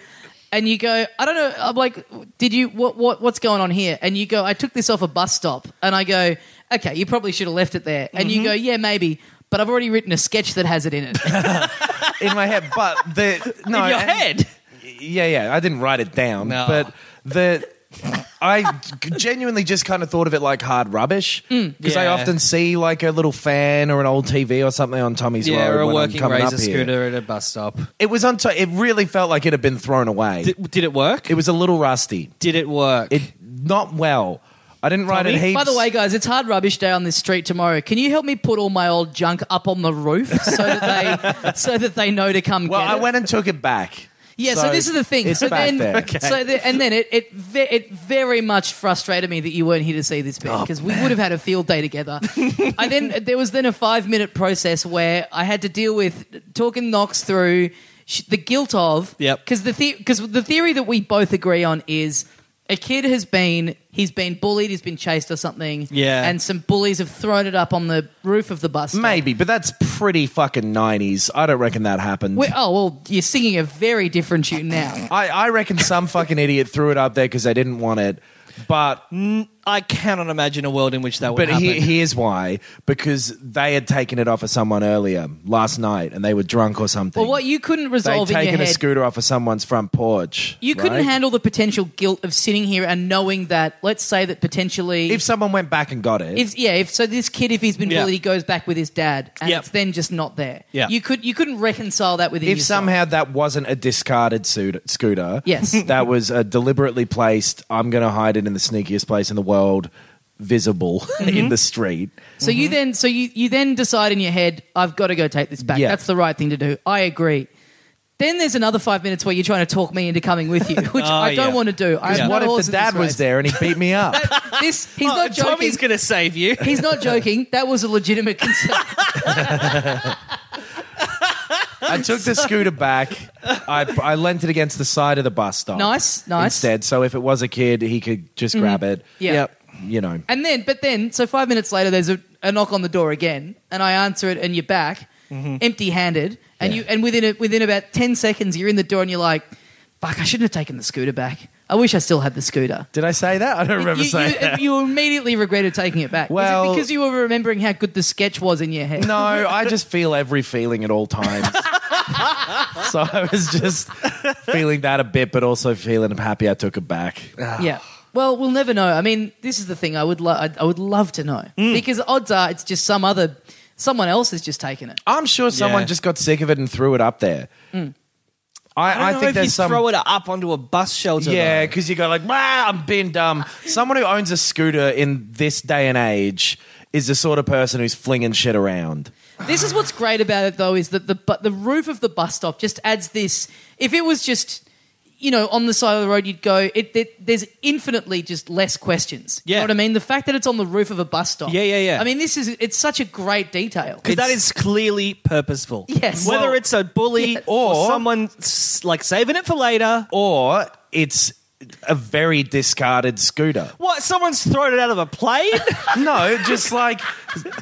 and you go. I don't know. I'm like, did you what what what's going on here? And you go, I took this off a bus stop, and I go, okay, you probably should have left it there. And Mm-hmm. you go, yeah, maybe. But I've already written a sketch that has it in it. in my head, but the no, in your and- head. Yeah, yeah. I didn't write it down, No. but the I g- genuinely just kind of thought of it like hard rubbish because Mm, I Yeah. often see like a little fan or an old TV or something on Tommy's Yeah, road or a when I'm working coming razor up here. scooter at a bus stop. It was on. To- it really felt like it had been thrown away. Did, did it work? it was a little rusty. did it work? It not well. I didn't write it. Tommy? Heaps. By the way, guys, it's hard rubbish day on this street tomorrow. Can you help me put all my old junk up on the roof so that they so that they know to come well, get it? I went and took it back. Yeah, so, this is the thing. It's so back then, there. so the, and then it it ve- it very much frustrated me that you weren't here to see this Oh, bit because we would have had a field day together. I then there was then a five minute process where I had to deal with talking Knox through sh- the guilt of Yep. because the because the theory that we both agree on is. A kid has been he's been bullied, he's been chased or something. Yeah. And some bullies have thrown it up on the roof of the bus. stop. Maybe, but that's pretty fucking nineties. I don't reckon that happened. We- oh well, you're singing a very different tune now. I, I reckon some fucking idiot threw it up there because they didn't want it. But I cannot imagine a world in which that would but happen. he, here's why: because they had taken it off of someone earlier last night, and they were drunk or something. Well, what you couldn't They'd resolve in your taken a head. scooter off of someone's front porch. you couldn't right? handle the potential guilt of sitting here and knowing that, let's say that potentially, if someone went back and got it. if yeah, if so, this kid, if he's been Yeah. bullied, he goes back with his dad, and Yeah. it's then just not there. Yeah. you could you couldn't reconcile that within if yourself. somehow that wasn't a discarded suit, scooter, Yes. that was a deliberately placed. I'm going to hide it in the sneakiest place in the world, visible Mm-hmm. in the street. So Mm-hmm. you then so you, you then decide in your head, I've got to go take this back. Yeah. That's the right thing to do. I agree. Then there's another five minutes where you're trying to talk me into coming with you, which I don't yeah. want to do. I have Oh, what no if horse the in dad this was race. there and he beat me up? This he's Oh, not joking. Tommy's going to save you. He's not joking. That was a legitimate concern. I took the scooter back. I, I lent it against the side of the bus stop. Nice, nice. Instead, so if it was a kid, he could just grab it. Yeah. Yep. You know. And then, but then, so five minutes later, there's a, a knock on the door again, and I answer it, and you're back, Mm-hmm. empty-handed, and you, and within a, within about ten seconds, you're in the door, and you're like, "Fuck! I shouldn't have taken the scooter back. I wish I still had the scooter." Did I say that? I don't remember you, saying you, that. you immediately regretted taking it back. Was it Well- because you were remembering how good the sketch was in your head. No, I just feel every feeling at all times. so I was just feeling that a bit, but also feeling happy I took it back. Yeah. Well, we'll never know. I mean, this is the thing. I would, lo- I, I would love to know Mm. because odds are it's just some other, someone else has just taken it. I'm sure someone Yeah. just got sick of it and threw it up there. I, I, I, don't know think if there's you some. throw it up onto a bus shelter. yeah, though. because you go like, "Wow, I'm being dumb." Someone who owns a scooter in this day and age is the sort of person who's flinging shit around. This is what's great about it, though, is that the bu- the roof of the bus stop just adds this. If it was just, you know, on the side of the road, you'd go. It, it there's infinitely just less questions. You Yeah. know what I mean? The fact that it's on the roof of a bus stop. Yeah, yeah, yeah. I mean, this is it's such a great detail. Because that is clearly purposeful. Yes. Whether Well- it's a bully Yes. or, Or- someone s- like saving it for later. Or it's a very discarded scooter. What? Someone's thrown it out of a plane? No, just like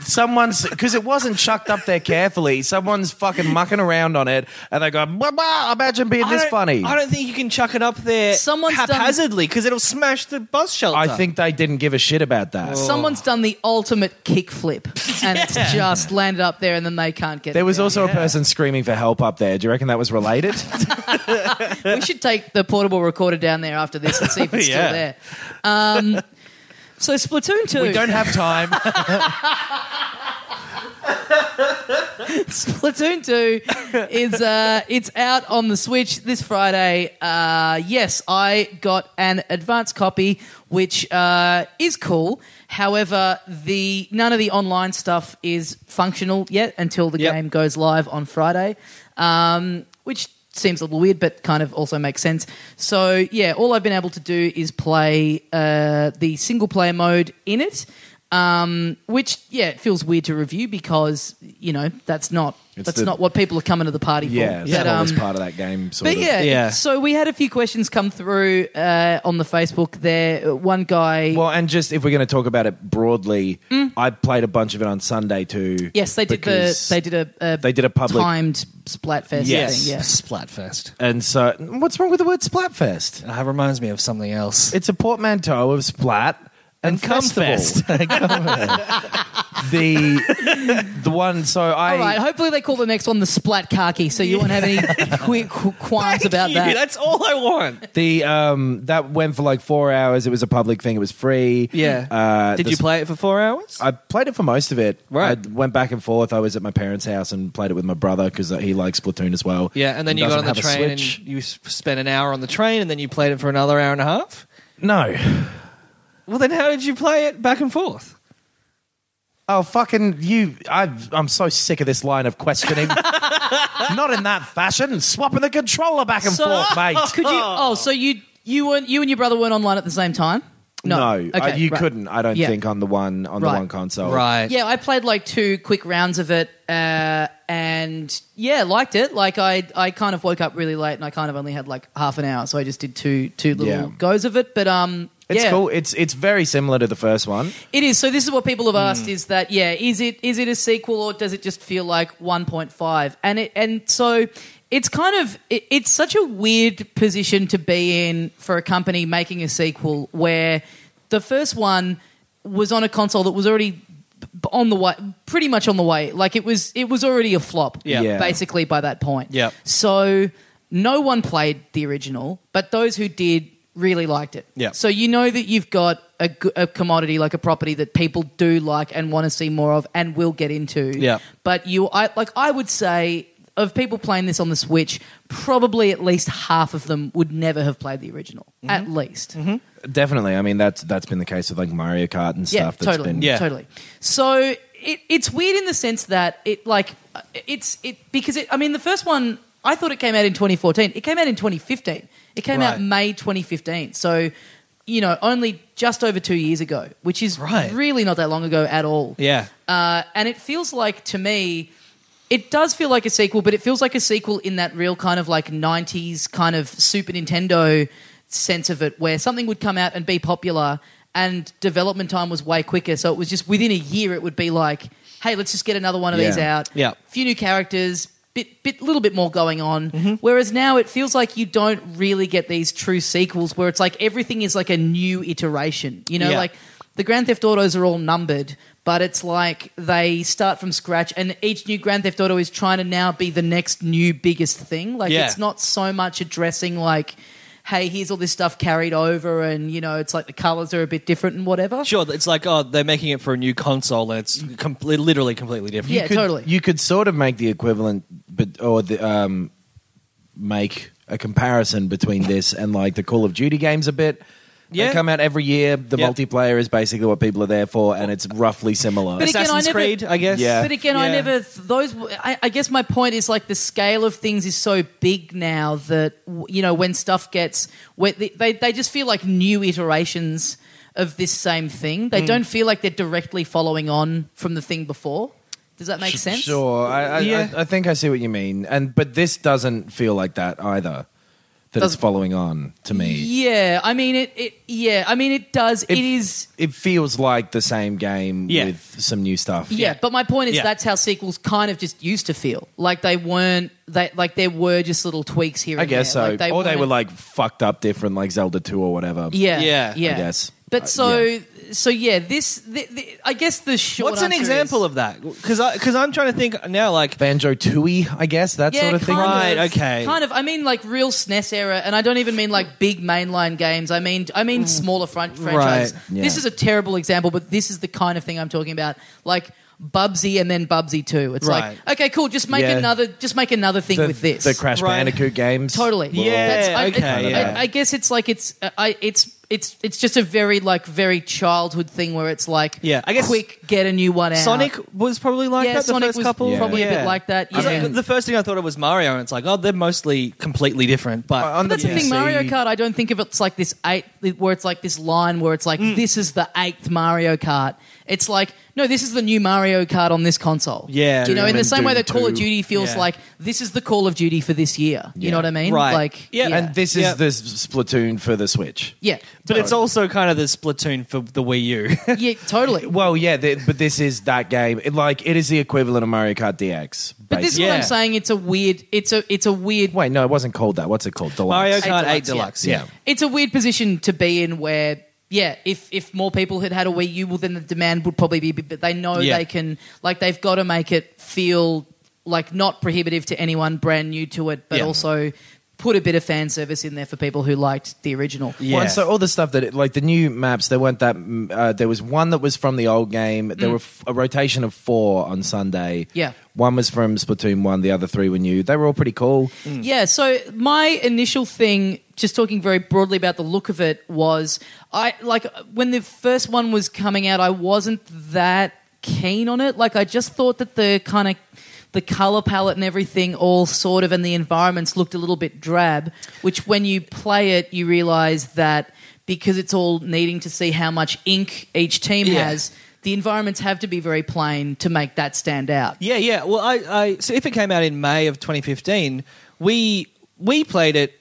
someone's because it wasn't chucked up there carefully. Someone's fucking mucking around on it, and they go, "Blah, blah, "Imagine being I this don't- funny." I I, don't think you can chuck it up there Someone's done- haphazardly because it'll smash the bus shelter. think they didn't give a shit about that. Oh. Someone's done the ultimate kickflip, and it's just landed up there, and then they can't get. There it was down. also a person screaming for help up there. Do you reckon that was related? we should take the portable recorder down there after this and see if it's Yeah. still there. Um, so Splatoon two. we don't have time. Splatoon 2 is uh, it's out on the Switch this Friday. Uh, yes, I got an advanced copy, which uh, is cool. However, the none of the online stuff is functional yet until the Yep. game goes live on Friday, um, which seems a little weird, but kind of also makes sense. So yeah, all I've been able to do is play uh, the single player mode in it. Um, which yeah, it feels weird to review because you know that's not It's that's the- not what people are coming to the party yeah, for. yeah. But, That um, was part of that game. Sort but of. yeah, Yeah. so we had a few questions come through uh, on the Facebook. There, one guy. Well, and just if we're going to talk about it broadly, Mm. I played a bunch of it on Sunday too. yes, they did the because they did a, a they did a public timed splatfest Yes. thing. Yes, Splatfest. and so what's wrong with the word splatfest? That Uh, reminds me of something else. It's a portmanteau of splat and, festival. the the one. So I. All right. Hopefully, they call the next one the Splat Khaki, so you won't have any qu- qu- qualms about that. That's all I want. The um that went for like four hours. It was a public thing. It was free. Yeah. Uh, Did the you sp- play it for four hours? I played it for most of it. Right. I went back and forth. I was at my parents' house and played it with my brother because he likes Splatoon as well. yeah, and then He you got doesn't on the have a train and Switch. you s- spent an hour on the train and then you played it for another hour and a half? no. Well, then how did you play it back and forth? Oh fucking you! i I'm so sick of this line of questioning. Not in that fashion. Swapping the controller back and So- forth, mate. Could you? Oh, so you you weren't you and your brother weren't online at the same time? No, I, you right. couldn't. I don't Yeah. think on the one on Right. the one console. Yeah, I played like two quick rounds of it, uh, and yeah, liked it. Like I, I kind of woke up really late, and I kind of only had like half an hour, so I just did two two little Yeah. goes of it. But um, It's yeah. cool. It's it's very similar to the first one. It is. So this is what people have asked: is that yeah, is it is it a sequel or does it just feel like one point five? And it and so it's kind of it, it's such a weird position to be in for a company making a sequel where The first one was on a console that was already b- on the way, pretty much on the way. Like it was, it was already a flop. Yeah. Yeah. basically by that point. Yep. So no one played the original, but those who did really liked it. Yeah. So you know that you've got a, g- a commodity like a property that people do like and want to see more of and will get into. Yeah. But you, I like, I would say of people playing this on the Switch, probably at least half of them would never have played the original. Mm-hmm. At least. Definitely. I mean, that's that's been the case with like Mario Kart and Yeah, stuff. that's totally, been- Yeah. totally. So it, it's weird in the sense that it like uh, it's it because it. I mean, the first one I thought it came out in 2014. It came out in 2015. It came out Right. May 2015. So you know, only just over two years ago, which is Right. really not that long ago at all. Yeah. Uh, and it feels like to me, it does feel like a sequel, but it feels like a sequel in that real kind of like 90s kind of Super Nintendo sense of it, where something would come out and be popular and development time was way quicker. So it was just within a year, it would be like, hey, let's just get another one of these Yeah. out. Yeah. Few new characters. Bit, bit, little bit more going on. Whereas now it feels like you don't really get these true sequels where it's like everything is like a new iteration. You know, Yeah. like the Grand Theft Autos are all numbered, but it's like they start from scratch, and each new Grand Theft Auto is trying to now be the next new biggest thing. Like Yeah. it's not so much addressing like, hey, here's all this stuff carried over, and you know, it's like the colors are a bit different and whatever. Sure, it's like oh, they're making it for a new console, and it's com- literally completely different. Yeah, could- totally. You could sort of make the equivalent, but or the, um, make a comparison between this and like the Call of Duty games a bit. Yeah. They come out every year. The Yeah. multiplayer is basically what people are there for, and it's roughly similar. But again, I Assassin's never- Creed, I guess. Yeah. But again, I Yeah. never th- those. I, I guess my point is like the scale of things is so big now that w- you know when stuff gets when they, they they just feel like new iterations of this same thing. Hmm. They don't feel like they're directly following on from the thing before. Does that make sense? Sure, I, I, Yeah. I, I think I see what you mean, and but this doesn't feel like that either. That it's Doesn't- following on to me. Yeah, I mean it. it yeah, I mean it does. it is. It feels like the same game Yeah. with some new stuff. Yeah, but my point is Yeah. that's how sequels kind of just used to feel. Like they weren't. They like there were just little tweaks here. I and guess there. so. Like, or they were weren't- like fucked up different, like Zelda 2 or whatever. Yeah, Yeah, yeah, I yeah. guess. Uh, But so, yeah. so yeah. This, the, the, I guess, the short. What's an answer example is- of that? Because because I'm trying to think now. Like Banjo Tooie, I guess, that Yeah, sort of thing. kind Right, of, okay. Kind of. I mean, like real SNES era, and I don't even mean like big mainline games. I mean, I mean smaller fran- franchise. Mm. yeah. This is a terrible example, but this is the kind of thing I'm talking about. Like Bubsy and then Bubsy Two. It's Right. like, okay, cool. Just make Yeah. another. Just make another thing the, with this. The Crash Right. Bandicoot games. Totally. Yeah, I, okay, I, yeah. I, I guess it's like it's uh, I it's it's it's just a very like very childhood thing where it's like Yeah, I guess- quick get a new one out. Sonic was probably like Yeah, that. The Sonic first was couple, probably a bit Yeah. like that, 'Cause, yeah. like, the first thing I thought it was Mario, and it's like, oh, they're mostly completely different. But Uh, On But that's the thing, PC Mario Kart. I don't think of it's like this eight, where it's like this line where it's like Mm. this is the eighth Mario Kart. It's like no, this is the new Mario Kart on this console. Yeah. you know, Doom in the and same way Doom that Call of 2. Duty feels Yeah. like this is the Call of Duty for this year. You know what I mean? Right. Like Yeah, yeah, And this is Yeah. the Splatoon for the Switch. yeah, but it's also kind of the Splatoon for the Wii U. yeah, totally. Well, yeah, th but this is that game. It, like, it is the equivalent of Mario Kart DX. But this is basically. what Yeah. I'm saying. It's a weird. It's a. It's a weird. Wait, no, it wasn't called that. What's it called? Deluxe. Mario Kart Deluxe, Eight Deluxe. yeah. Yeah. It's a weird position to be in where. Yeah, if, if more people had had a Wii U, well, then the demand would probably be. But they know Yeah. they can, like, they've got to make it feel like not prohibitive to anyone brand new to it, but Yeah. also put a bit of fan service in there for people who liked the original. Yeah. Well, and so all the stuff that it, like the new maps, there weren't that. mm, Uh, there was one that was from the old game. There were f- a rotation of four on Sunday. Mm. Yeah. one was from Splatoon one. The other three were new. They were all pretty cool. Yeah, so my initial thing, just talking very broadly about the look of it, was I like when the first one was coming out, I wasn't that keen on it. Like I just thought that the kind of the color palette and everything all sort of and the environments looked a little bit drab, which when you play it, you realize that because it's all needing to see how much ink each team Yeah. has, the environments have to be very plain to make that stand out. Yeah, yeah. Well, I, I so if it came out in May of 2015, we we played it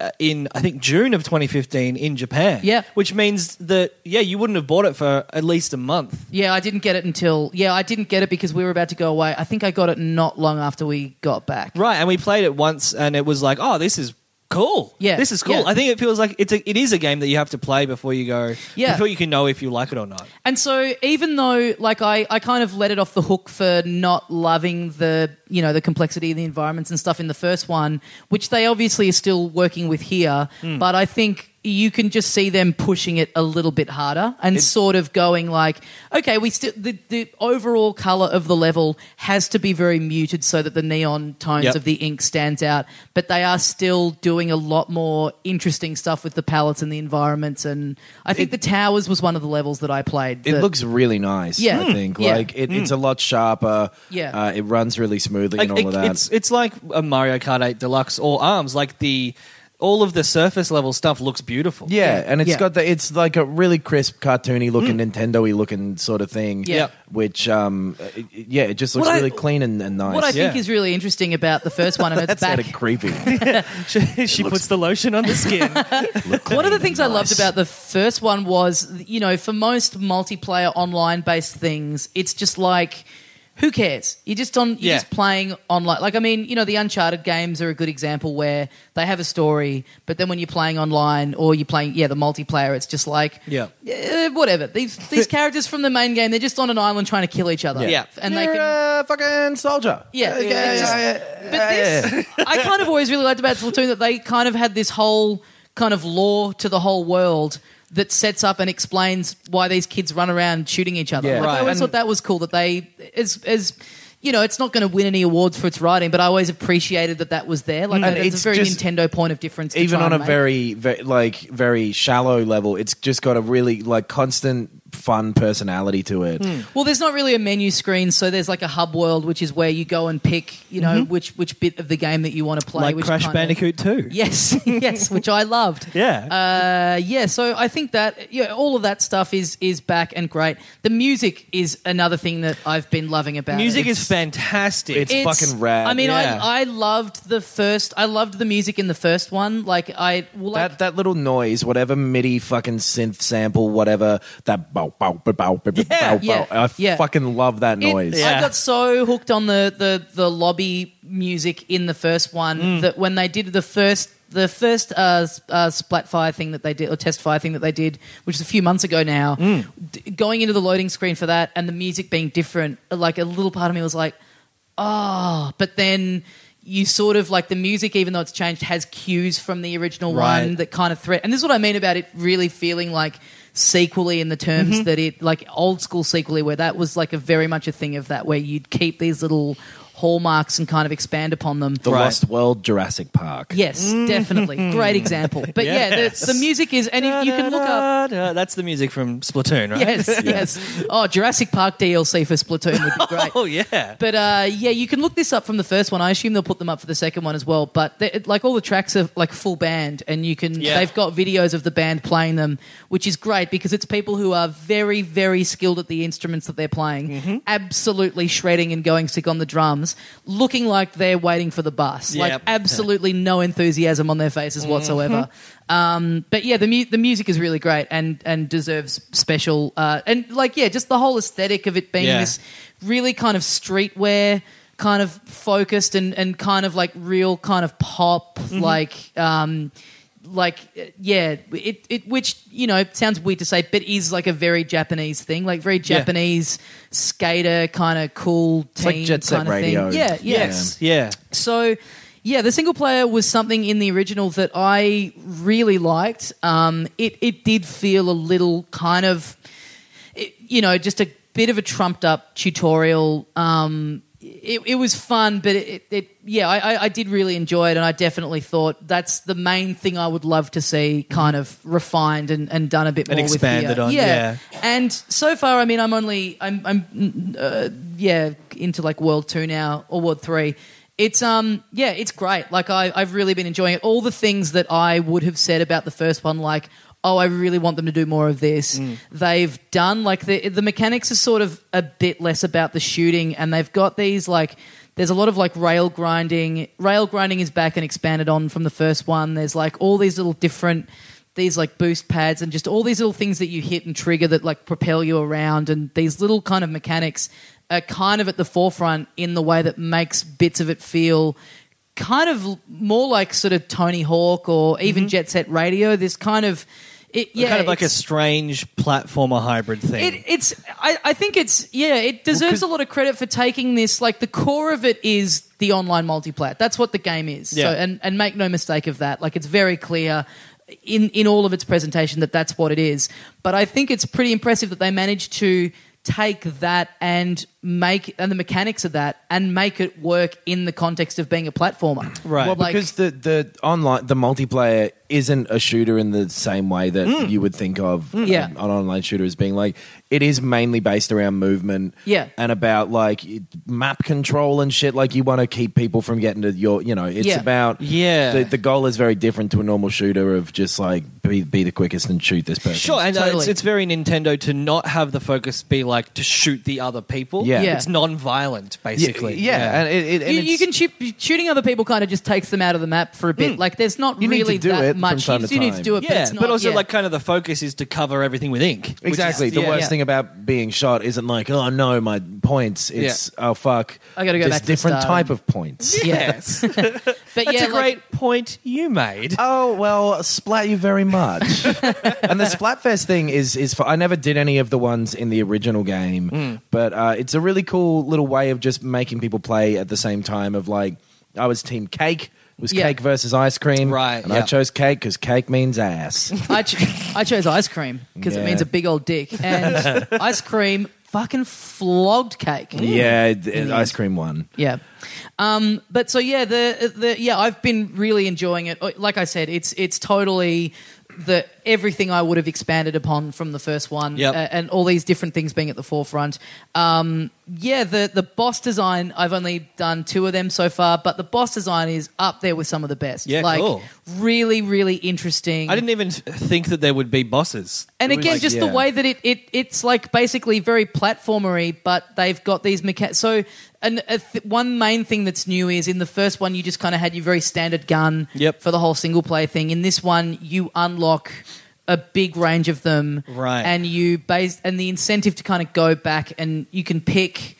uh, in I think June of 2015 in Japan. Yeah. which means that yeah, you wouldn't have bought it for at least a month. Yeah, I didn't get it until yeah, I didn't get it because we were about to go away. I think I got it not long after we got back. Right, and we played it once, and it was like, oh, this is cool. Yeah, this is cool. yeah. I think it feels like it's a, it is a game that you have to play before you go. Yeah. before you can know if you like it or not. And so even though like I, I kind of let it off the hook for not loving the you know the complexity of the environments and stuff in the first one, which they obviously are still working with here, but I think you can just see them pushing it a little bit harder and sort of going like, okay, we still the, the overall color of the level has to be very muted so that the neon tones Yep. of the ink stands out, but they are still doing a lot more interesting stuff with the palettes and the environments. And I think the towers was one of the levels that I played. It that- looks really nice. Yeah. Mm. I think Yeah. like it, it's a lot sharper. Yeah. uh, it runs really smoothly and all Like, of it- that. It's it's like a Mario Kart 8 Deluxe or Arms. Like the all of the surface level stuff looks beautiful. yeah, Yeah. and it's Yeah. Mm. got the it's like a really crisp, cartoony looking, Nintendo-y looking sort of thing. Yeah. which um, it- it- yeah, it just looks What I- really clean and, and nice. What I think Yeah. is really interesting about the first one, and it's That's back. sort of creepy. she, she puts the lotion on the skin. One of the things I loved about the first one was, you know, for most multiplayer online based things, it's just like, who cares? You're just on, you're Yeah. just playing online. Like, I mean, you know, the Uncharted games are a good example where they have a story, but then when you're playing online or you're playing, yeah, the multiplayer, it's just like, Yeah. eh, whatever. These these characters from the main game, they're just on an island trying to kill each other. Yeah. and they You're can. a fucking soldier. Yeah, it's just- but this, I kind of always really liked about Splatoon that they kind of had this whole kind of lore to the whole world that sets up and explains why these kids run around shooting each other. Yeah. Like, I Right. always And- thought that was cool that they as as you know, it's not going to win any awards for its writing, but I always appreciated that that was there. Like, Mm. And that it's a it's very just- Nintendo point of difference. to even try on a and make. very, very like very shallow level it's just got a really like constant fun personality to it Well, there's not really a menu screen, so there's like a hub world, which is where you go and pick, you Mm-hmm. know, which which bit of the game that you want to play. like which Crash kind of- Bandicoot 2. Yes, yes, which I loved. Yeah. Uh, yeah, so I think that yeah, all of that stuff is is back and great. The music is another thing that I've been loving about. it. Music It's- is fantastic. it's- fucking rad, I mean, yeah. I I loved the first. I loved the music in the first one. Like I well, like, that that little noise whatever midi fucking synth sample whatever that bow bow bow bow bow, bow, bow, yeah, i yeah. fucking love that It- noise I Yeah. got so hooked on the, the the lobby music in the first one Mm. that when they did the first the first uh, s- uh, Splatfire thing that they did or test fire thing that they did, which is a few months ago now, Mm. d- going into the loading screen for that and the music being different, like a little part of me was like, oh, but then. You sort of like the music, even though it's changed, has cues from the original Right. one that kind of threat. And this is what I mean about it really feeling like sequely in the terms that it like old school sequely where that was like a very much a thing of that where you'd keep these little hallmarks and kind of expand upon them. the lost world jurassic park Yes, definitely. Great example. But yeah, the, the music is, and if you can look up. Da-da-da-da. That's the music from Splatoon, right? Yes, yes. Oh, Jurassic Park DLC for Splatoon would be great. Oh, yeah. But uh, yeah, you can look this up from the first one. I assume they'll put them up for the second one as well. But they- it- like all the tracks are like full band, and you can Yeah. they've got videos of the band playing them, which is great because it's people who are very very skilled at the instruments that they're playing, Mm-hmm. absolutely shredding and going sick on the drums, looking like they're waiting for the bus, like Yep. Mm-hmm. absolutely no enthusiasm on their faces whatsoever. Um, but yeah, the mu- the music is really great and and deserves special uh, and like yeah, just the whole aesthetic of it being Yeah. this really kind of streetwear kind of focused and and kind of like real kind of pop Mm-hmm. like um like uh, yeah it it which you know sounds weird to say but is like a very Japanese thing like very Japanese skater kind of cool it's teen like jet set kind of radio thing yeah yes Yes. Yeah. so, yeah, the single player was something in the original that I really liked. Um, it it did feel a little kind of, it, you know, just a bit of a trumped up tutorial. Um, it, it was fun, but it, it, it yeah, I, I- I did really enjoy it, and I definitely thought that's the main thing I would love to see kind of refined and, and done a bit And more with the, expanded uh, on, yeah. and so far, I mean, I'm only I'm I'm mm, uh, yeah into like World Two now or World Three. It's um yeah, it's great. Like I I've really been enjoying it. All the things that I would have said about the first one, like oh, I really want them to do more of this. They've done like the the mechanics are sort of a bit less about the shooting, and they've got these like. There's a lot of like rail grinding. Rail grinding is back and expanded on from the first one. There's like all these little different these like boost pads and just all these little things that you hit and trigger that like propel you around and these little kind of mechanics are kind of at the forefront in the way that makes bits of it feel kind of l- more like sort of Tony Hawk or even Jet Set Radio. This kind of it, yeah, Mm-hmm. kind of like a it's- strange platformer hybrid thing. it, it's I, I think it's yeah it deserves a lot of credit for taking this like the core of it is the online multiplat that's what the game is Yeah. so and, and make no mistake of that like it's very clear in in all of its presentation that that's what it is but i think it's pretty impressive that they managed to take that and make and the mechanics of that and make it work in the context of being a platformer Right. Well, Like- because the, the online the multiplayer isn't a shooter in the same way that you would think of um, Mm. Yeah. an online shooter as being like it is mainly based around movement Yeah. and about like map control and shit like you want to keep people from getting to your you know it's Yeah. about Yeah. the, the goal is very different to a normal shooter of just like be, be the quickest and shoot this person Sure, and uh, it's, Totally. it's very Nintendo to not have the focus be like to shoot the other people. Yeah. Yeah. it's non-violent yeah, basically. yeah, and it, it- and you, you it's- Hmm. can shoot, shooting other people kind of just takes them out of the map for a bit. Like there's not You need to really do that it from much. time you to do need to time. do it, but yeah, it's but, not, also yeah. like kind of the focus is to cover everything with ink. which is- Exactly. the yeah. worst yeah. thing about being shot isn't like, oh no, my points. It's oh fuck. I gotta go There's back to the different start. type of points. Yes, that's But a yeah, like- Um, great point you made. Oh well, splat you very much. and the Splatfest thing is is for, I never did any of the ones in the original game, Hmm. but uh, it's a really cool little way of just making people play at the same time. Of like, I was Team Cake. It was Yeah. cake versus ice cream, Right, And I yeah. chose cake because cake means ass. I, ch- I chose ice cream because Yeah. it means a big old dick. And ice cream fucking flogged cake. yeah, it- it- ice cream won. Yeah. Um, but so yeah, the the yeah, I've been really enjoying it. Oh, Like I said, it's it's totally the everything I would have expanded upon from the first one, Yep. uh, and all these different things being at the forefront. Um, yeah, the the boss design I've only done two of them so far, but the boss design is up there with some of the best. Yeah, like cool. really, really interesting. I didn't even think that there would be bosses. And It was again, like- just the yeah. way that it, it it's like basically very platformery, but they've got these mecha- so. And a th- one main thing that's new is in the first one you just kind of had your very standard gun Yep. for the whole single player thing. In this one, you unlock a big range of them, Right. And you base and the incentive to kind of go back and you can pick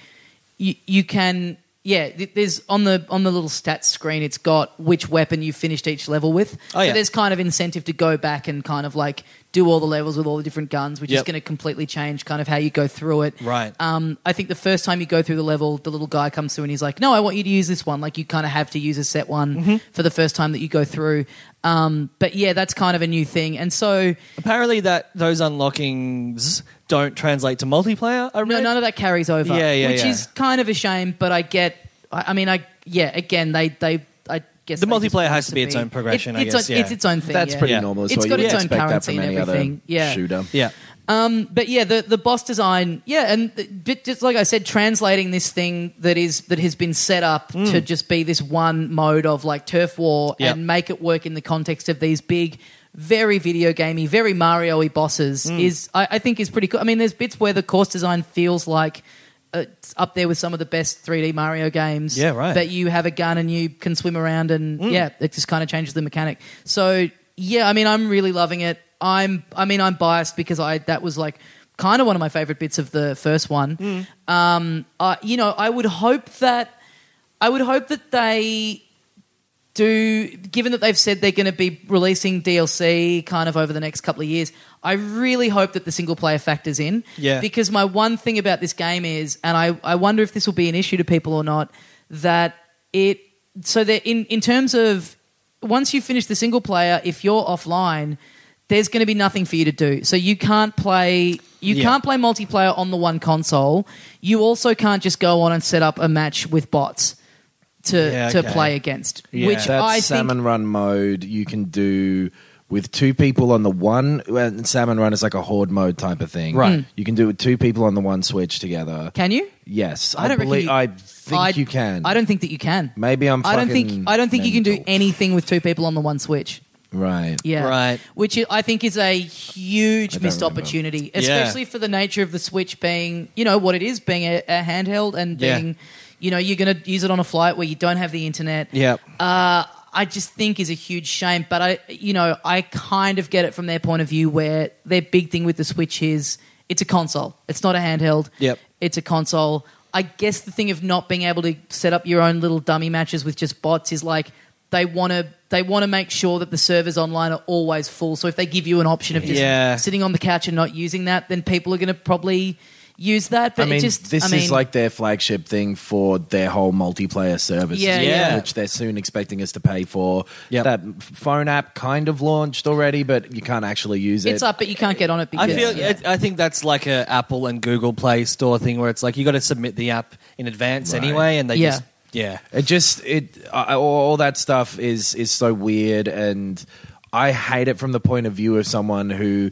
you, you can yeah th- there's on the on the little stats screen it's got which weapon you finished each level with Oh, so yeah. there's kind of incentive to go back and kind of like do all the levels with all the different guns which is Yep. going to completely change kind of how you go through it Right. um, i think the first time you go through the level the little guy comes through and he's like no i want you to use this one like you kind of have to use a set one Mm-hmm. for the first time that you go through um, but yeah that's kind of a new thing and so apparently that those unlockings don't translate to multiplayer. I No, read. none of that carries over. Yeah, yeah, Which yeah. is kind of a shame, but I get. I, I mean, I yeah. Again, they they I guess The they just multiplayer want has it to be its own progression, I it's guess, own- yeah. it's its own thing. That's yeah. pretty Yeah. normal as It's well. got You its would own expect that currency from and any other everything. Yeah. shooter. Yeah. But yeah, the the boss design, yeah, and the- but just like I said, translating this thing that is that has been set up to just be this one mode of like turf war Yeah. and make it work in the context of these big. Very video gamey, very Mario-y bosses is I, I think is pretty cool. I mean, there's bits where the course design feels like uh, it's up there with some of the best 3D Mario games. Yeah, right. Mm. But you have a gun and you can swim around, and yeah, it just kind of changes the mechanic. So yeah, I mean, I'm really loving it. I'm, I mean, I'm biased because I that was like kind of one of my favorite bits of the first one. Mm. Um, I, you know, I would hope that I would hope that they do, given that they've said they're going to be releasing DLC kind of over the next couple of years, I really hope that the single player factors in. Yeah. Because my one thing about this game is, and I, I wonder if this will be an issue to people or not, that it, so that in, in terms of once you finish the single player, if you're offline, there's going to be nothing for you to do. So you can't play. You Yeah. can't play multiplayer on the one console. You also can't just go on and set up a match with bots to Yeah, to okay. play against. Yeah. Which That's I salmon think run mode you can do with two people on the one. And salmon run is like a horde mode type of thing. Right. Mm. You can do it with two people on the one switch together. can you? yes, I don't reckon believe. you- I think I- you can. I don't think that you can. Maybe I'm. I don't fucking think I don't think you can do mental. anything with two people on the one switch. Right. Yeah. Right. Which I think is a huge don't missed remember. opportunity, Yeah. especially for the nature of the Switch being, you know, what it is, being a, a handheld and Yeah. being, you know, you're going to use it on a flight where you don't have the internet. Yeah. I just think is a huge shame. But I, you know, I kind of get it from their point of view where their big thing with the Switch is it's a console. It's not a handheld. Yep. It's a console. I guess the thing of not being able to set up your own little dummy matches with just bots is like they want to they want to make sure that the servers online are always full. So if they give you an option of just Yeah. sitting on the couch and not using that, then people are going to probably use that. But I mean, it just this I mean, is like their flagship thing for their whole multiplayer service, Yeah, yeah. which they're soon expecting us to pay for. Yep. That f- phone app kind of launched already, but you can't actually use it. it's up, but you can't get on it. I Because, feel. yeah. I think that's like a Apple and Google Play Store thing where it's like you got to submit the app in advance anyway, and they Yeah. just yeah. It just it I- all, all that stuff is is so weird, and I hate it from the point of view of someone who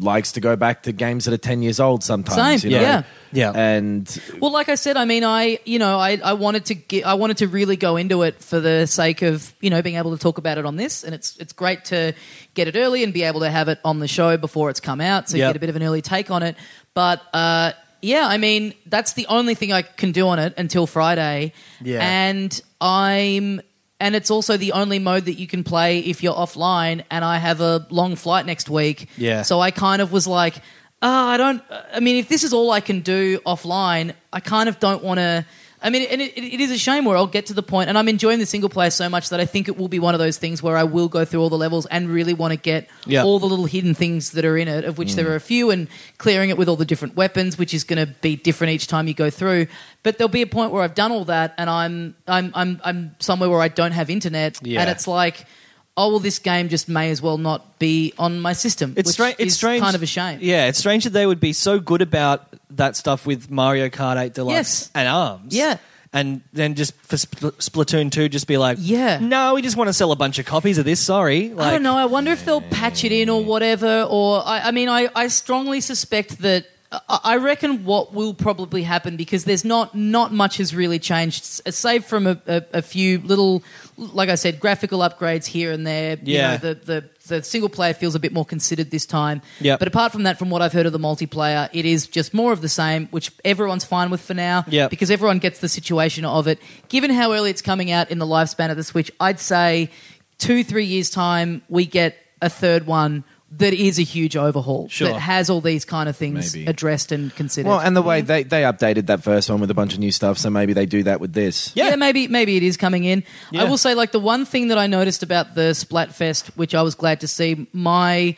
likes to go back to games that are ten years old. Sometimes, Same, you know? yeah. Yeah. and Well, like I said, I mean, I you know, I, I wanted to get, I wanted to really go into it for the sake of you know being able to talk about it on this, and it's it's great to get it early and be able to have it on the show before it's come out, so you Yep. get a bit of an early take on it. But uh, yeah, I mean, that's the only thing I can do on it until Friday, Yeah. and I'm. And it's also the only mode that you can play if you're offline. And I have a long flight next week, Yeah. so I kind of was like, oh, I don't. I mean, if this is all I can do offline, I kind of don't want to. I mean, and it, it is a shame where I'll get to the point, and I'm enjoying the single player so much that I think it will be one of those things where I will go through all the levels and really want to get Yeah. Mm. all the little hidden things that are in it, of which there are a few, and clearing it with all the different weapons, which is going to be different each time you go through. But there'll be a point where I've done all that, and I'm I'm I'm I'm somewhere where I don't have internet, and it's like. Oh well, this game just may as well not be on my system. It's which strange. It's is strange. Kind of a shame. Yeah, it's strange that they would be so good about that stuff with Mario Kart 8 Deluxe Yes. and Arms. Yeah. And then just for Spl- Splatoon 2, just be like, Yeah. no, we just want to sell a bunch of copies of this. Sorry. Like, Mm. I don't know. I wonder if they'll patch it in or whatever. Or I, I mean, I, I strongly suspect that. I I reckon what will probably happen because there's not not much has really changed, s- save from a, a, a few little, like I said, graphical upgrades here and there. Yeah. you know, the, the the single player feels a bit more considered this time. Yep. but apart from that, from what I've heard of the multiplayer, it is just more of the same, which everyone's fine with for now. Yep. because everyone gets the situation of it. Given how early it's coming out in the lifespan of the Switch, I'd say two, three years' time, we get a third one that is a huge overhaul Sure. that has all these kind of things Maybe. addressed and considered. well, and the way they they updated that first one with a bunch of new stuff, so maybe they do that with this. yeah. maybe maybe it is coming in. Yeah. I will say, like the one thing that I noticed about the Splatfest, which I was glad to see, my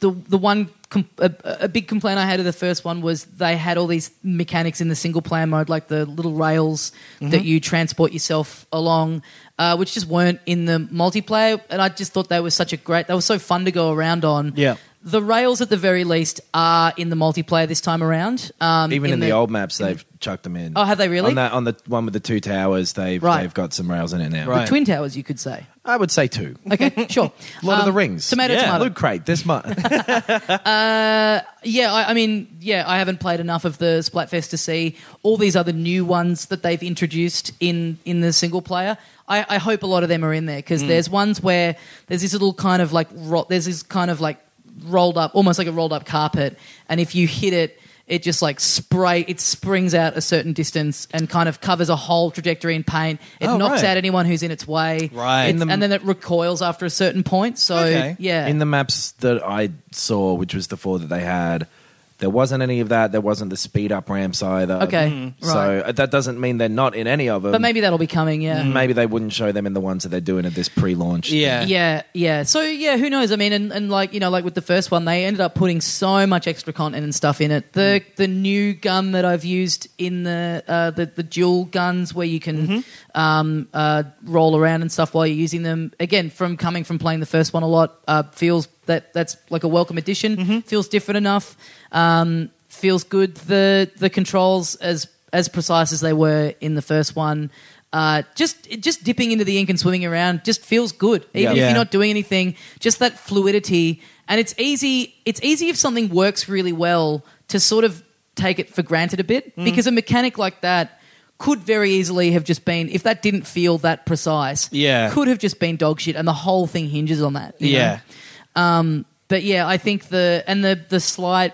the the one com- a, a big complaint I had of the first one was they had all these mechanics in the single player mode, like the little rails Mm-hmm. that you transport yourself along, uh, which just weren't in the multiplayer, and I just thought they were such a great, they were so fun to go around on. Yeah. The rails, at the very least, are in the multiplayer this time around. Um, Even in, the, old maps, they've chucked them in. Oh, have they really? On, that, on the one with the two towers, they've Right. they've got some rails in it now. Right. twin towers, you could say. I would say two. Okay, sure. Lord of Um, the Rings, Tomato, Yeah. tomato. Loot crate this month. Yeah, I, I mean, yeah, I haven't played enough of the Splatfest to see all these other new ones that they've introduced in in the single player. I, I hope a lot of them are in there because there's ones where there's this little kind of like ro- there's this kind of like rolled up, almost like a rolled up carpet, and if you hit it. It just like spray. It springs out a certain distance and kind of covers a whole trajectory in paint. It Oh, knocks right. out anyone who's in its way. Right. It's- In the- and then it recoils after a certain point. So Okay. yeah, In the maps that I saw, which was the four that they had, there wasn't any of that. There wasn't the speed up ramps either. Okay, Mm. Mm-hmm. So uh, that doesn't mean they're not in any of them. but maybe that'll be coming. Yeah. maybe they wouldn't show them in the ones that they're doing at this pre launch. Mm-hmm. Yeah. yeah yeah so yeah who knows i mean and, and like you know like with the first one they ended up putting so much extra content and stuff in it the Mm. the new gun that i've used in the uh the, the dual guns where you can Mm-hmm. um uh roll around and stuff while you're using them again from coming from playing the first one a lot uh feels that that's like a welcome addition Mm-hmm. feels different enough um feels good the the controls as as precise as they were in the first one uh, just just dipping into the ink and swimming around just feels good even if Yeah. you're not doing anything just that fluidity and it's easy it's easy if something works really well to sort of take it for granted a bit Mm. because a mechanic like that could very easily have just been if that didn't feel that precise Yeah. could have just been dog shit and the whole thing hinges on that you know? Yeah. but yeah, I think the and the the slight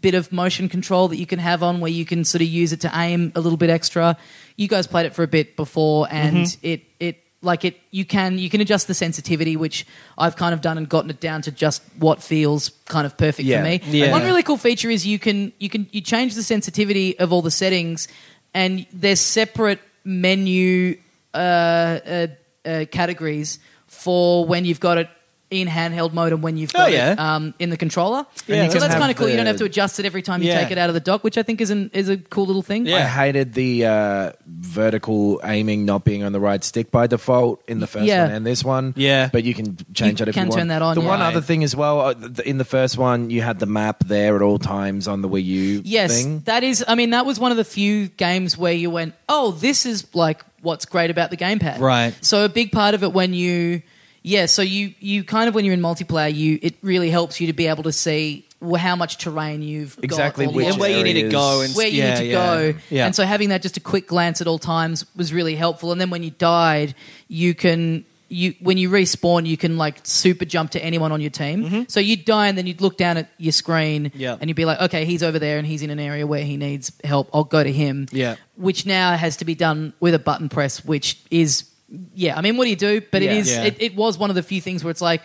bit of motion control that you can have on where you can sort of use it to aim a little bit extra. You guys played it for a bit before, and Mm-hmm. it it like it you can you can adjust the sensitivity, which I've kind of done and gotten it down to just what feels kind of perfect Yeah. for me. Yeah. One really cool feature is you can you can you change the sensitivity of all the settings. and there's separate menu uh, uh, uh, categories for when you've got it in handheld mode and when you've Oh, got yeah. it um, in the controller. Yeah, you so can that's have kind of cool. You don't the- have to adjust it every time you Yeah. take it out of the dock, which I think is an, is a cool little thing. Yeah. I hated the uh, vertical aiming not being on the right stick by default in the first Yeah. one and this one. Yeah. but you can change You that if can you want. turn that on, The yeah. one Right. other thing as well uh, th- in the first one, you had the map there at all times on the Wii U. Yes, thing. that is. I mean, that was one of the few games where you went, "Oh, this is like what's great about the gamepad." Right. So a big part of it when you, yeah, so you you kind of when you're in multiplayer, you it really helps you to be able to see wh- how much terrain you've Exactly got, or which what- and where you need to areas- go and where you yeah, need to yeah. go. Yeah. And so having that just a quick glance at all times was really helpful. And then when you died, you can you when you respawn, you can like super jump to anyone on your team. So you'd die and then you'd look down at your screen Mm-hmm. Yeah. and you'd be like, okay, he's over there and he's in an area where he needs help. I'll go to him. Yeah. Which now has to be done with a button press, which is yeah, I mean, what do you do? But it Yeah. is Yeah. Mm. it, it was one of the few things where it's like,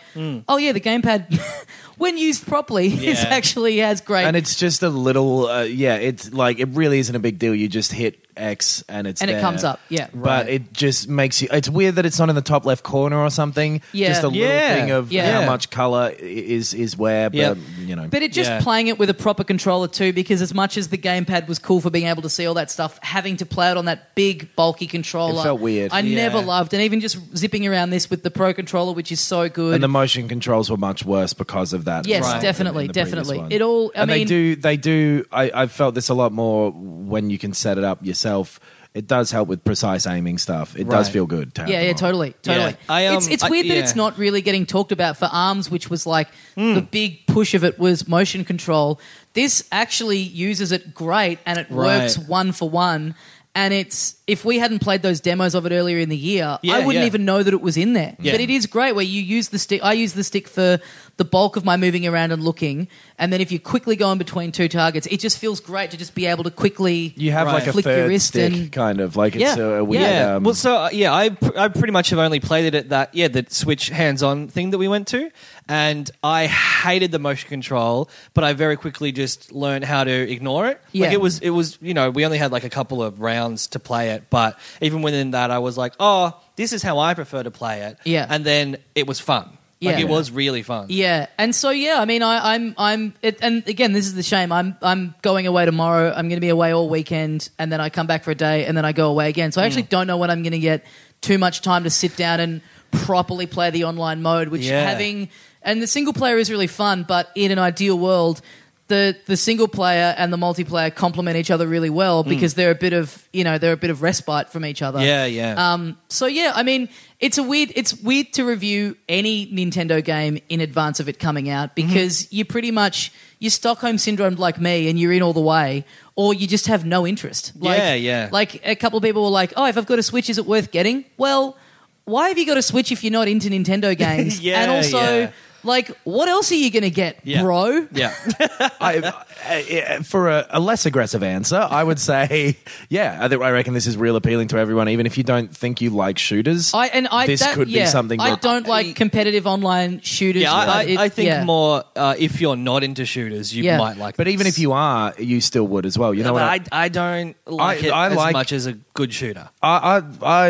oh yeah, the gamepad, when used properly, is Yeah. actually has great and it's just a little. Uh, yeah, it's like it really isn't a big deal. You just hit X and it's And it there. comes up, yeah. but it just makes you. It's weird that it's not in the top left corner or something. Yeah. just a Yeah. little thing of Yeah. how much color i- is is where. But Yep. you know, But it just Yeah. playing it with a proper controller too, because as much as the gamepad was cool for being able to see all that stuff, having to play it on that big bulky controller It felt weird. I Yeah. never loved, and even just zipping around this with the pro controller, which is so good. and the motion controls were much worse because of that. Yes, as well than definitely, in the previous definitely. one. It all- I and mean- they do. They do. I, I felt this a lot more when you can set it up yourself. It does help with precise aiming stuff. It does Right. feel good. To have yeah, them yeah, on. totally, totally. Yeah. I, it's um, it's I- weird that yeah. Hmm. it's not really getting talked about for Arms, which was like the big push of it was motion control. This actually uses it great, and it works Right. one for one. And it's if we hadn't played those demos of it earlier in the year, Yeah, I wouldn't yeah. even know that it was in there. But it is great where you use the stick. I use the stick for the bulk of my moving around and looking, and then if you quickly go in between two targets, it just feels great to just be able to quickly You have Right. like a Flick your third wrist stick, and- kind of like it's Yeah. a, a weird. Yeah. Um, well, so uh, yeah, I pr- I pretty much have only played it at that yeah the Switch hands-on thing that we went to, and I hated the motion control, but I very quickly just learned how to ignore it. Yeah. Like it was it was you know we only had like a couple of rounds to play it, but even within that, I was like, oh, this is how I prefer to play it. Yeah. and then it was fun. Like Yeah. it was really fun. Yeah, and so yeah, I mean, I, I'm, I'm, it, and again, this is the shame. I'm, I'm going away tomorrow. I'm going to be away all weekend, and then I come back for a day, and then I go away again. So I Mm. actually don't know when I'm going to get too much time to sit down and properly play the online mode. Which Yeah. having and the single player is really fun, but in an ideal world. The, the single player and the multiplayer complement each other really well because they're a bit of you know they're a bit of respite from each other. Mm. Yeah, yeah. Um, so yeah, I mean, it's a weird. It's weird to review any Nintendo game in advance of it coming out Mm-hmm. because you pretty much you're Stockholm syndrome like me, and you're in all the way, or you just have no interest. Like, Yeah, yeah. Like a couple of people were like, "Oh, if I've got a Switch, is it worth getting?" Well, why have you got a Switch if you're not into Nintendo games? Yeah, and also. yeah. Like, what else are you going to get, Yeah. bro? yeah. I, I, for a, a less aggressive answer, I would say, yeah, I, think- I reckon this is real appealing to everyone, even if you don't think you like shooters. I and I this that- could yeah, be something. I that- don't like competitive online shooters. Yeah, I, I, but it- I think yeah. more uh, if you're not into shooters, you Yeah. might like. But even this. if you are, you still would as well. You know what? I, but I, I don't like I- it I as like- much as a good shooter. I, I, I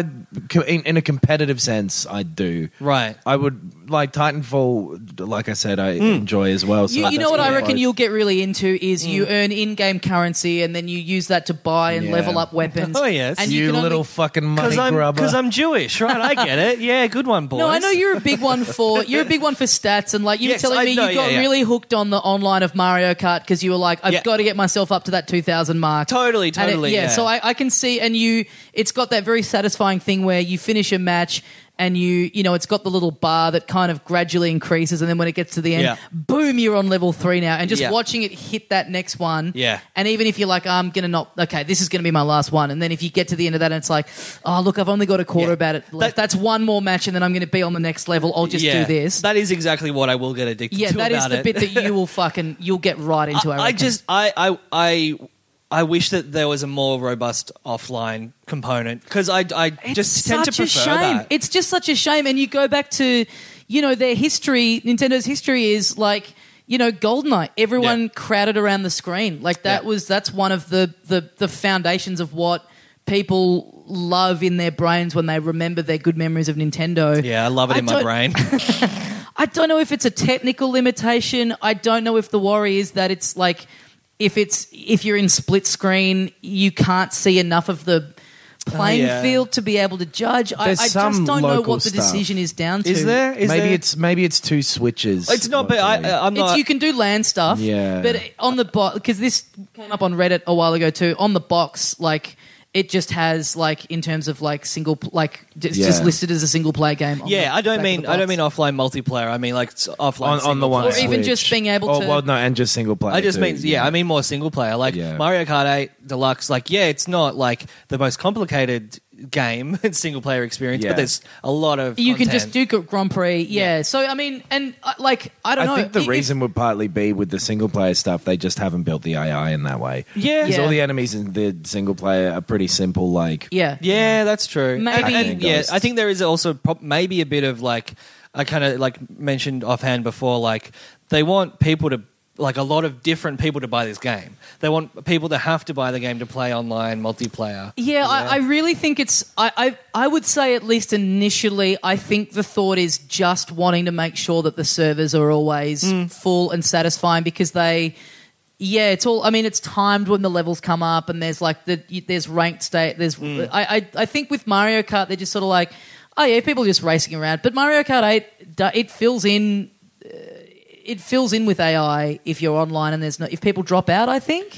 in, in a competitive sense, I do. Right. I would like Titanfall. Like I said, I enjoy as well. So You, you know that's what I good. reckon you'll get really into is Mm. you earn in-game currency and then you use that to buy and Yeah. level up weapons. Oh, yes. and you can only- little fucking money Because I'm grubber. because I'm Jewish, right? I get it. Yeah, good one, boys. no, I know you're a big one for you're a big one for stats and like you Yes, were telling I me know, you got yeah, yeah. really hooked on the online of Mario Kart because you were like I've Yeah. got to get myself up to that 2000 mark. Totally, And it- totally, yeah. So I, I can see and you it's got that very satisfying thing where you finish a match and you you know it's got the little bar that kind of gradually increases and then when it gets to the end Yeah. boom you're on level 3 now and just Yeah. watching it hit that next one. Yeah. And even if you're like, I'm going to not, okay, this is going to be my last one. And then if you get to the end of that and it's like, oh, look, I've only got a quarter Yeah. about it left. That- That's one more match and then I'm going to be on the next level. I'll just Yeah, do this. That is exactly what I will get addicted yeah, to. that is about the it. bit that you will fucking, you'll get right into, I, I, I reckon. just I, I I I wish that there was a more robust offline component because I I It's just tend to such prefer a shame. that. It's just such a shame. And you go back to, you know, their history. Nintendo's history is like, you know, Goldeneye. Everyone Yeah. crowded around the screen. Like that Yeah. was that's one of the the the foundations of what people love in their brains when they remember their good memories of Nintendo. Yeah, I love it in my don't- brain. I don't know if it's a technical limitation. I don't know if the worry is that it's like if it's if you're in split screen, you can't see enough of the playing Oh, yeah. field to be able to judge. I, I There's just some don't know local what the stuff. decision is down to. Is there? Is maybe there- it's maybe it's two switches. It's not, but I, locally. I- I'm It's, not. you can do land stuff, Yeah. But on the box, because this came up on Reddit a while ago too. On the box, like it just has like in terms of like single, pl- like it's just Yeah. listed as a single player game. on yeah, the I don't back of mean the I don't box. mean offline multiplayer. I mean like s- offline on, on the single one, player. Or even Switch. just being able Oh, to- well, no, and just single player. I just too, mean yeah, I mean more single player. Like Yeah. Mario Kart 8 Deluxe, like yeah, it's not like the most complicated game and single player experience, Yeah. but there's a lot of you can just content. do Gr- Grand Prix. Yeah. So I mean, and uh, like I don't I know. think the if- reason would partly be with the single player stuff. They just haven't built the AI in that way. Yeah. because Yeah. all the enemies in the single player are pretty simple. Like, yeah, Yeah, that's true. Maybe- and, and, Acting yeah, ghosts. I think there is also prob- maybe a bit of like I kind of like mentioned offhand before, like they want people to like a lot of different people to buy this game. They want people to have to buy the game to play online multiplayer. Yeah, I, I really think it's. I, I I would say at least initially, I think the thought is just wanting to make sure that the servers are always full and satisfying because they. Yeah, it's all. I mean, it's timed when the levels come up, and there's like the you- there's ranked state. There's Hmm. I, I I think with Mario Kart, they're just sort of like, oh yeah, people are just racing around. But Mario Kart Eight, do- it fills in. uh, It fills in with AI if you're online and there's no if people drop out, I think,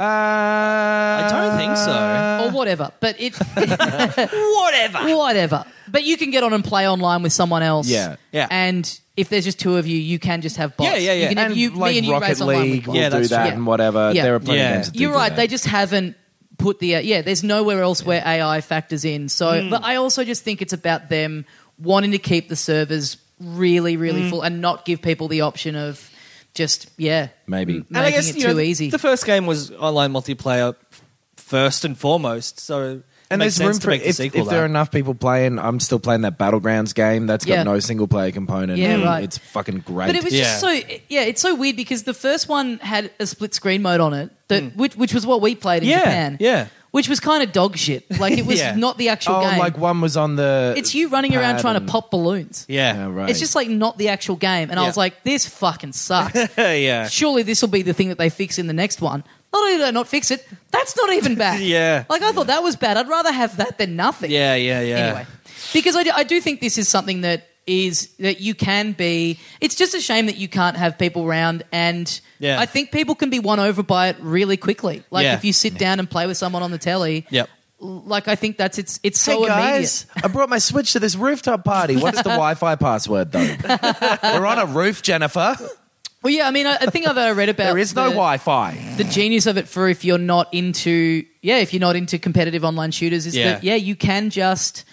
Uh, I don't think so. or whatever. But it whatever. But you can get on and play online with someone else. Yeah. Yeah. And if there's just two of you, you can just have bots. Yeah, yeah, yeah. You can have and you, like me and you race Rocket online League with will bots. Yeah, do that's that true. and whatever. Yeah. There are plenty Yeah. of games. That do You're right. That. They just haven't put the uh, yeah. There's nowhere else where AI factors in. So, but I also just think it's about them wanting to keep the servers really, really full and not give people the option of just yeah, Maybe. m- And making it too easy. The first game was online multiplayer f- first and foremost, so it and makes there's room sense to for make the if, sequel. if there are that. enough people playing. I'm still playing that battlegrounds game. That's got Yeah. no single player component. Yeah, and right. It's fucking great. But it was just so Yeah. yeah, it's so weird because the first one had a split screen mode on it that which which was what we played in Yeah, Japan. yeah. Which was kind of dog shit. Like it was Yeah. not the actual oh, game. like one was on the. it's you running pad around trying and- to pop balloons. Yeah, yeah, right. It's just like not the actual game. And I Yeah. was like, this fucking sucks. yeah, Surely this will be the thing that they fix in the next one. Not only do they not fix it, that's not even bad. Yeah. Like I thought that was bad. I'd rather have that than nothing yeah, yeah, yeah. anyway because I do, I do think this is something that is that you can be it's just a shame that you can't have people round and Yeah. i think people can be won over by it really quickly like Yeah. if you sit down and play with someone on the telly Yep. like i think that's it's it's Hey so guys, I brought my Switch to this rooftop party. What's the Wi-Fi password though? We're on a roof, Jennifer. immediate well yeah i mean i, I think i've uh, read about There is no the- Wi-Fi. the genius of it for if you're not into yeah if you're not into competitive online shooters is Yeah. that yeah you can just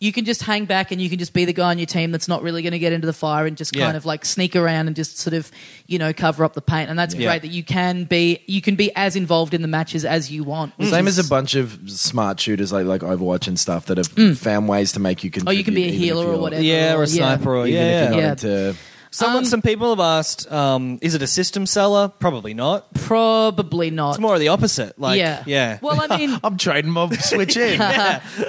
you can just hang back and you can just be the guy on your team that's not really going to get into the fire and just Yeah. kind of like sneak around and just sort of you know cover up the paint and that's Yeah. great that you can be you can be as involved in the matches as you want which Mm. Same is- as a bunch of smart shooters like like Overwatch and stuff that have found ways to make you contribute. Mm. oh you can be a even if healer or you're- whatever Yeah, or a sniper, or Even yeah, if you're Yeah. not into Someone, Um, some people have asked, um, is it a system seller? Probably not. probably not It's more of the opposite. Like, yeah, well i mean I'm trading my Switch in.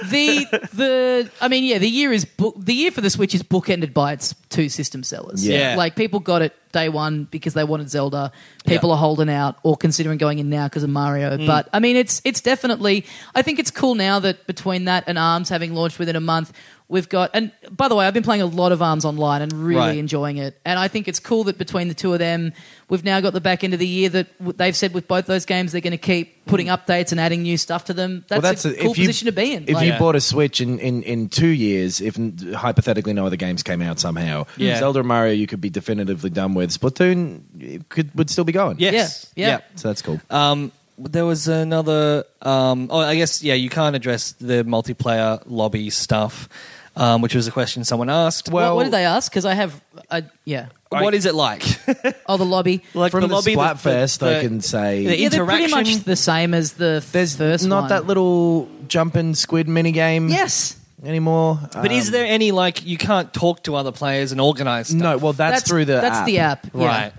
the the I mean, yeah, the year is book, the year for the Switch is bookended by its two system sellers. Yeah. like people got it day one because they wanted Zelda. People Yeah. Mm. are holding out or considering going in now because of Mario. But I mean, it's it's definitely. I think it's cool now that between that and Arms having launched within a month. We've got, and by the way, I've been playing a lot of ARMS online and really Right. enjoying it. And I think it's cool that between the two of them, we've now got the back end of the year that w- they've said with both those games they're going to keep putting Mm. updates and adding new stuff to them. That's, a, cool if you- position to be in. If Like- you bought a Switch in, in, in two years, if n- hypothetically no other games came out somehow, Yeah. Zelda and Mario you could be definitively done with. Splatoon it could would still be going. yes, Yeah, yeah. So that's cool. Um, there was another. Um, oh, I guess yeah. You can't address the multiplayer lobby stuff, um, which was a question someone asked. What- Well- what, did they ask? Because I have, I, yeah. what is it like? Oh, the lobby. like From the, lobby, Splatfest, the- I can say the yeah, they're pretty interaction- much the same as the f- there's first not one. that little jumping squid minigame Yes, anymore. Um, But is there any like you can't talk to other players and organize? Stuff? No, well that's, through the that's app. the app, yeah. right.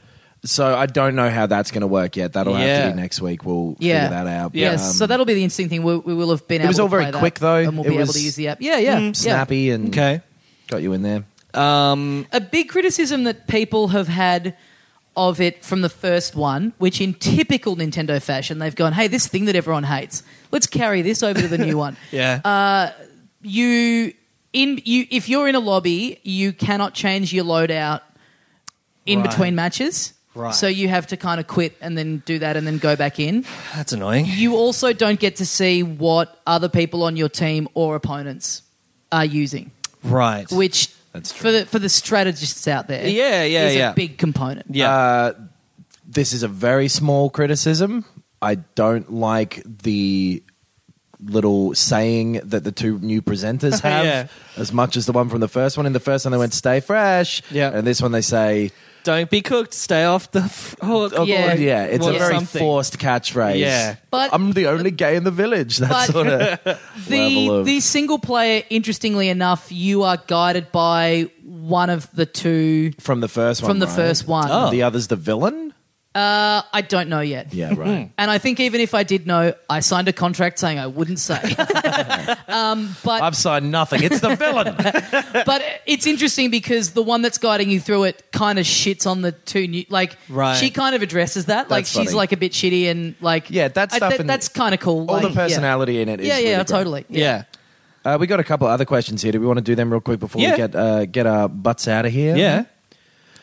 So I don't know how that's going to work yet. That'll have Yeah. to be next week. We'll Yeah. figure that out. Yes, Um, so that'll be the interesting thing. We, we will have been. It able was to all very play that, quick, though. and we'll It be able to was Mm, use the app. Yeah, yeah, yeah. snappy and Okay. got you in there. Um, a big criticism that people have had of it from the first one, which in typical Nintendo fashion, they've gone, hey, this thing that everyone hates, let's carry this over to the new one. yeah. Uh, You in you if you're in a lobby, you cannot change your loadout in Right. between matches. Right. So you have to kind of quit and then do that and then go back in. That's annoying. You also don't get to see what other people on your team or opponents are using, Right. which That's true. for the for the strategists out there, Yeah, yeah, is yeah. a big component. yeah. Uh, This is a very small criticism. I don't like the little saying that the two new presenters have Yeah. as much as the one from the first one. In the first one, they went "Stay fresh," Yeah. and this one they say Don't be cooked. Stay off the f- hook. Oh, Yeah. God, yeah, it's Well, a very something. forced catchphrase. Yeah. But- I'm the only gay in the village. That But- sort of the level of- the single player, interestingly enough, you are guided by one of the two from the first one. from the right? first one. Oh. The other's the villain. Uh, I don't know yet. Yeah, right. And I think even if I did know, I signed a contract saying I wouldn't say. um, but I've signed nothing. It's the villain. but it's interesting because the one that's guiding you through it kind of shits on the two new. Like Right. she kind of addresses that. like That's she's funny. like a bit shitty and like Yeah, that I- stuff that- and- that's kind of cool. All like, the yeah. personality in it is. Yeah, yeah, really great. totally. yeah. Uh, we got a couple other questions here. Do we want to do them real quick before Yeah. we get uh, get our butts out of here? Yeah.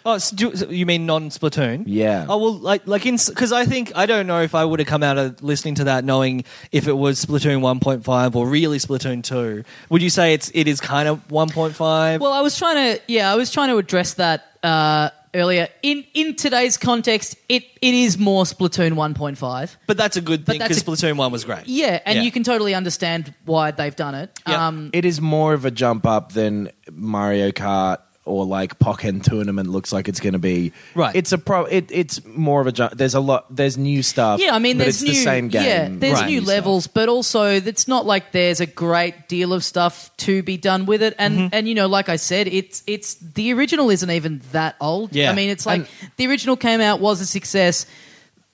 Oh, so do, so you mean non-Splatoon? Yeah. Oh well, like like in because I think I don't know if I would have come out of listening to that knowing if it was Splatoon 1.5 or really Splatoon 2. Would you say it's it is kind of 1.5? Well, I was trying to, yeah, I was trying to address that uh, earlier. In in today's context, it it is more Splatoon 1.5. but that's a good thing that's because a- Splatoon 1 was great. Yeah, and Yeah. you can totally understand why they've done it. Yeah. Um, It is more of a jump up than Mario Kart or like Pokken tournament looks like it's going to be. Right. It's a pro. It, it's more of a jump. There's a lot. There's new stuff. yeah, I mean, but there's it's new, the same game. yeah, there's Right. new New levels, but also it's not like there's a great deal of stuff to be done with it. Mm-hmm. And and you know, like I said, it's it's the original isn't even that old. Yeah. I mean, it's like the original came out was a success.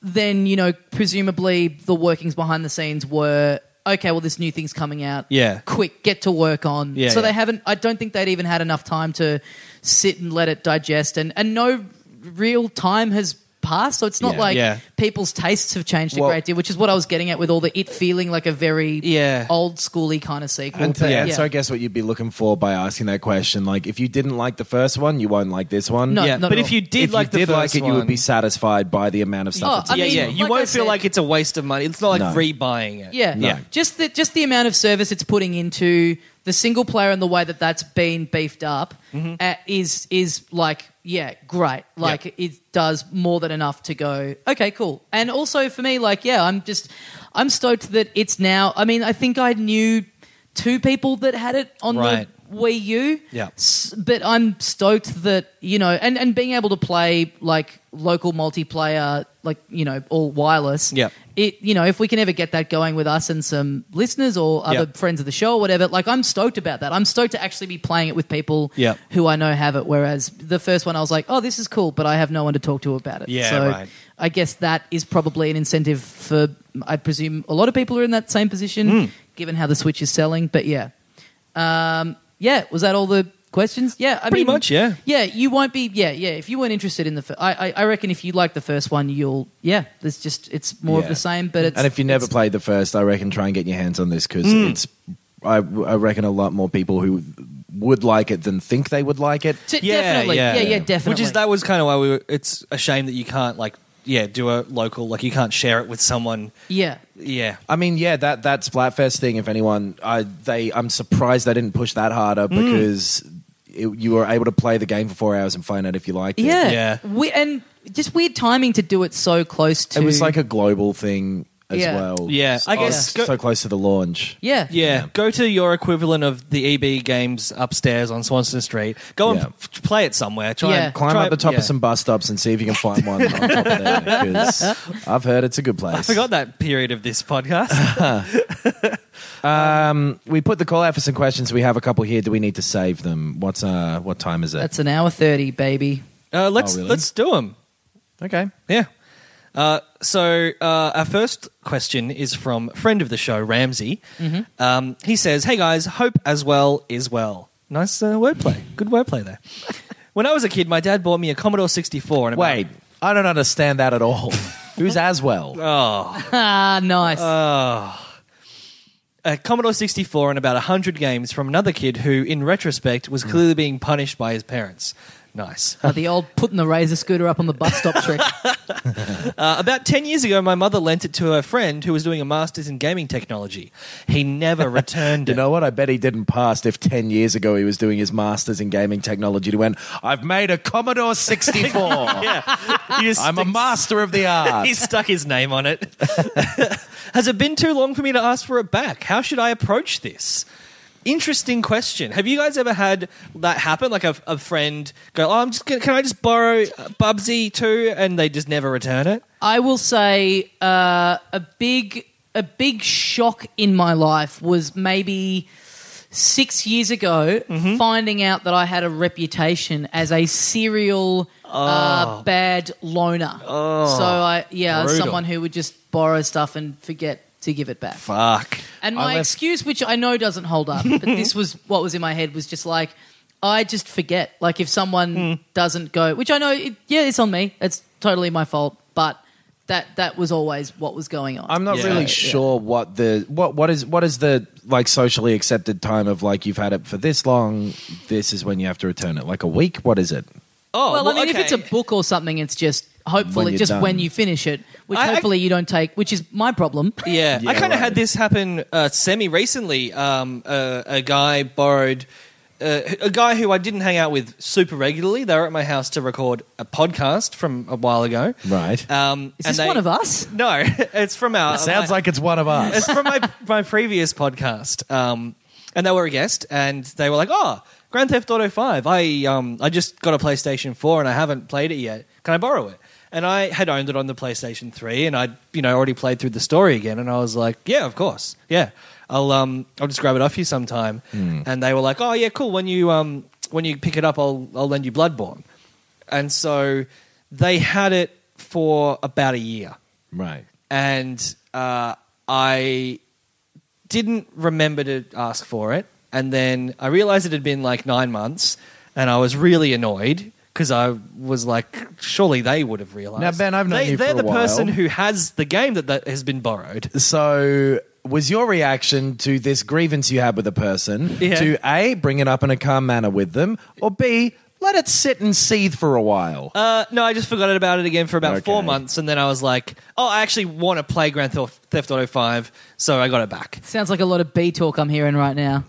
Then you know, presumably the workings behind the scenes were okay. Well, this new thing's coming out. Yeah. quick, get to work on. Yeah, so yeah. they haven't. I don't think they'd even had enough time to sit and let it digest, and and no real time has passed. So it's not Yeah. like Yeah. people's tastes have changed Well- a great deal, which is what I was getting at with all the it feeling like a very Yeah. old schooly kind of sequel. And, But yeah, and yeah. so I guess what you'd be looking for by asking that question, like if you didn't like the first one, you won't like this one. No, Yeah, not but at if all. you did if like you did the like first it, you would be one- satisfied by the amount of Oh, stuff. it's I yeah, mean, yeah, you like won't I feel said- like it's a waste of money. It's not like No. rebuying it. Yeah, No. Just the just the amount of service it's putting into the single player and the way that that's been beefed up Mm-hmm. uh, is is like yeah, great. Like it does more than enough to go. Okay, cool. And also for me, like yeah, I'm just I'm stoked that it's now. I mean, I think I knew two people that had it on Right. the Wii U. Yeah. S- but I'm stoked that you know, and and being able to play like local multiplayer, like you know, all wireless. Yeah. It you know, if we can ever get that going with us and some listeners or other Yeah. friends of the show or whatever, like I'm stoked about that. I'm stoked to actually be playing it with people Yeah. who I know have it. Whereas the first one, I was like, oh, this is cool, but I have no one to talk to about it. Yeah, so right. I guess that is probably an incentive for I presume a lot of people are in that same position, Hmm. given how the Switch is selling. But yeah. Um, Yeah, was that all the questions? Yeah, I Pretty mean, much, yeah. yeah. You won't be, yeah, yeah. If you weren't interested in the, fir- I, I, I reckon if you like the first one, you'll, yeah. There's just it's more of Yeah. the same, but it's and if you never it's- played the first, I reckon try and get your hands on this because Hmm. it's. I, I reckon a lot more people who would like it than think they would like it. T- definitely, yeah, yeah, definitely. Which is that was kind of why we. Were, it's a shame that you can't like yeah do a local like you can't share it with someone. yeah. Yeah, I mean, yeah, that that Splatfest thing. If anyone, I they, I'm surprised they didn't push that harder Hmm. because it, you were able to play the game for four hours and find out if you liked it. yeah, Yeah. We, and just weird timing to do it so close to. it was like a global thing as Yeah. well. Yeah, I Oh, guess- so close to the launch. yeah, Yeah, go to your equivalent of the EB games upstairs on Swanson Street. Go Yeah. and f- play it somewhere. Try Yeah. and Climb try- up the top yeah. of some bus stops and see if you can find one on top of there. 'cause I've heard it's a good place. I forgot that period of this podcast. We put the call out for some questions. We have a couple here. Do we need to save them? What's uh? What time is it? That's an hour thirty, baby. uh, let's Oh, really? let's do them. Okay. Yeah. Uh, so uh, our first question is from friend of the show Ramsey. Mm-hmm. Um, he says, "Hey guys, hope as well is well. Nice uh, wordplay. Good wordplay there." when I was a kid, my dad bought me a Commodore 64. And about- Wait, I don't understand that at all. Who's Uh, Aswell? Ah, nice. a Commodore 64 and about 100 games from another kid who, in retrospect, Mm. was clearly being punished by his parents. Nice. Like the old putting the razor scooter up on the bus stop trick. Uh, about 10 years ago, my mother lent it to her friend who was doing a master's in gaming technology. He never returned it. You know what? I bet he didn't pass if 10 years ago he was doing his master's in gaming technology to went, I've made a Commodore 64. He just I'm a sticks- master of the art. He stuck his name on it. Has it been too long for me to ask for it back? How should I approach this? Interesting question. Have you guys ever had that happen? Like a, a friend go, "Oh, I'm just gonna, can I just borrow uh, Bubsy too?" and they just never return it. I will say uh, a big a big shock in my life was maybe six years ago finding out that I had a reputation as a serial uh, bad loaner. so I yeah, I was brutal. someone who would just borrow stuff and forget to give it back. Fuck. And I my left- excuse, which I know doesn't hold up, but this was what was in my head, was just like, I just forget. Like, if someone doesn't go, which I know, it, yeah, it's on me. It's totally my fault. But that that was always what was going on. I'm not Yeah. really Yeah. sure what the what what is what is the like socially accepted time of like you've had it for this long. This is when you have to return it. Like a week. What is it? Oh, well, I mean, if it's a okay. book or something, it's just When hopefully you're just done. when you finish it, which I- I- hopefully you don't take, which is my problem. Yeah, I Yeah, kind of right. had this happen uh, semi recently. Um, uh, a guy borrowed uh, a guy who I didn't hang out with super regularly. They were at my house to record a podcast from a while ago. Right. Um, Is and this they- one of us? No, it's from our. Sounds like it's one of us. Uh, it's from my my previous podcast. Um, and they were a guest, and they were like, "Oh, Grand Theft Auto Five. I um I just got a PlayStation Four, and I haven't played it yet. Can I borrow it?" And I had owned it on the PlayStation Three, and I you know already played through the story again, and I was like, "Yeah, of course, yeah. I'll um I'll just grab it off you sometime." And they were like, "Oh yeah, cool. When you um when you pick it up, I'll I'll lend you Bloodborne." And so they had it for about a year Right. and uh, I didn't remember to ask for it. And then I realized it had been like nine months, and I was really annoyed because I was like, surely they would have realized. Now, Ben, I've known they, you for They're a the person while. who has the game that, that has been borrowed. So, was your reaction to this grievance you had with a person Yeah. to A, bring it up in a calm manner with them, or B, let it sit and seethe for a while? Uh, no, I just forgot about it again for about four Okay. months, and then I was like, oh, I actually want to play Grand Theft Theft Auto 5, so I got it back. Sounds like a lot of B talk I'm hearing right now.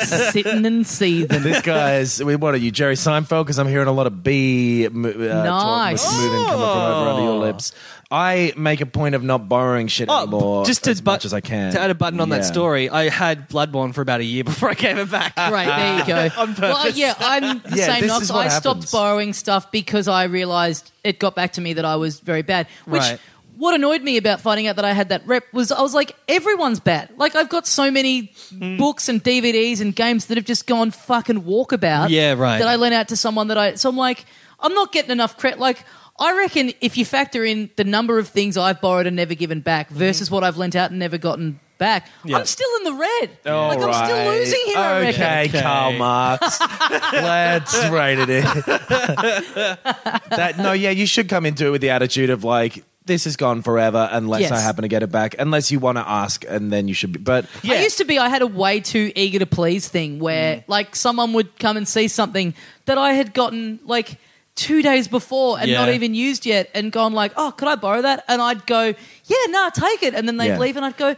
Sitting and seething. this guy's, wait, what are you, Jerry Seinfeld? Because I'm hearing a lot of B uh, talk with Nice. some moving coming from over under Oh. your lips. I make a point of not borrowing shit anymore Oh, just to as bu- much as I can. to add a button on that Yeah. story, I had Bloodborne for about a year before I gave it back. Great, there you go. Well, yeah, I'm the Yeah, same. this Knox. is what I happens. stopped borrowing stuff because I realised it got back to me that I was very bad. Which Right. what annoyed me about finding out that I had that rep was I was like, everyone's bad. Like I've got so many books and DVDs and games that have just gone fucking walkabout. Yeah, right. That I lent out to someone that I. So I'm like, I'm not getting enough credit. Like. I reckon if you factor in the number of things I've borrowed and never given back versus what I've lent out and never gotten back, I'm still in the red. like I'm All still right. losing here. I reckon. Okay, Okay. Karl Marx. Let's rate it in. that no, yeah, you should come into it with the attitude of like, this has gone forever unless Yes. I happen to get it back. Unless you want to ask, and then you should be. But I used to be, I had a way too eager to please thing Mm. where, like, someone would come and see something that I had gotten, like, two days before and Yeah. not even used yet and gone, like, oh, could I borrow that? And I'd go, yeah, no, take it. And then they'd Yeah. leave and I'd go,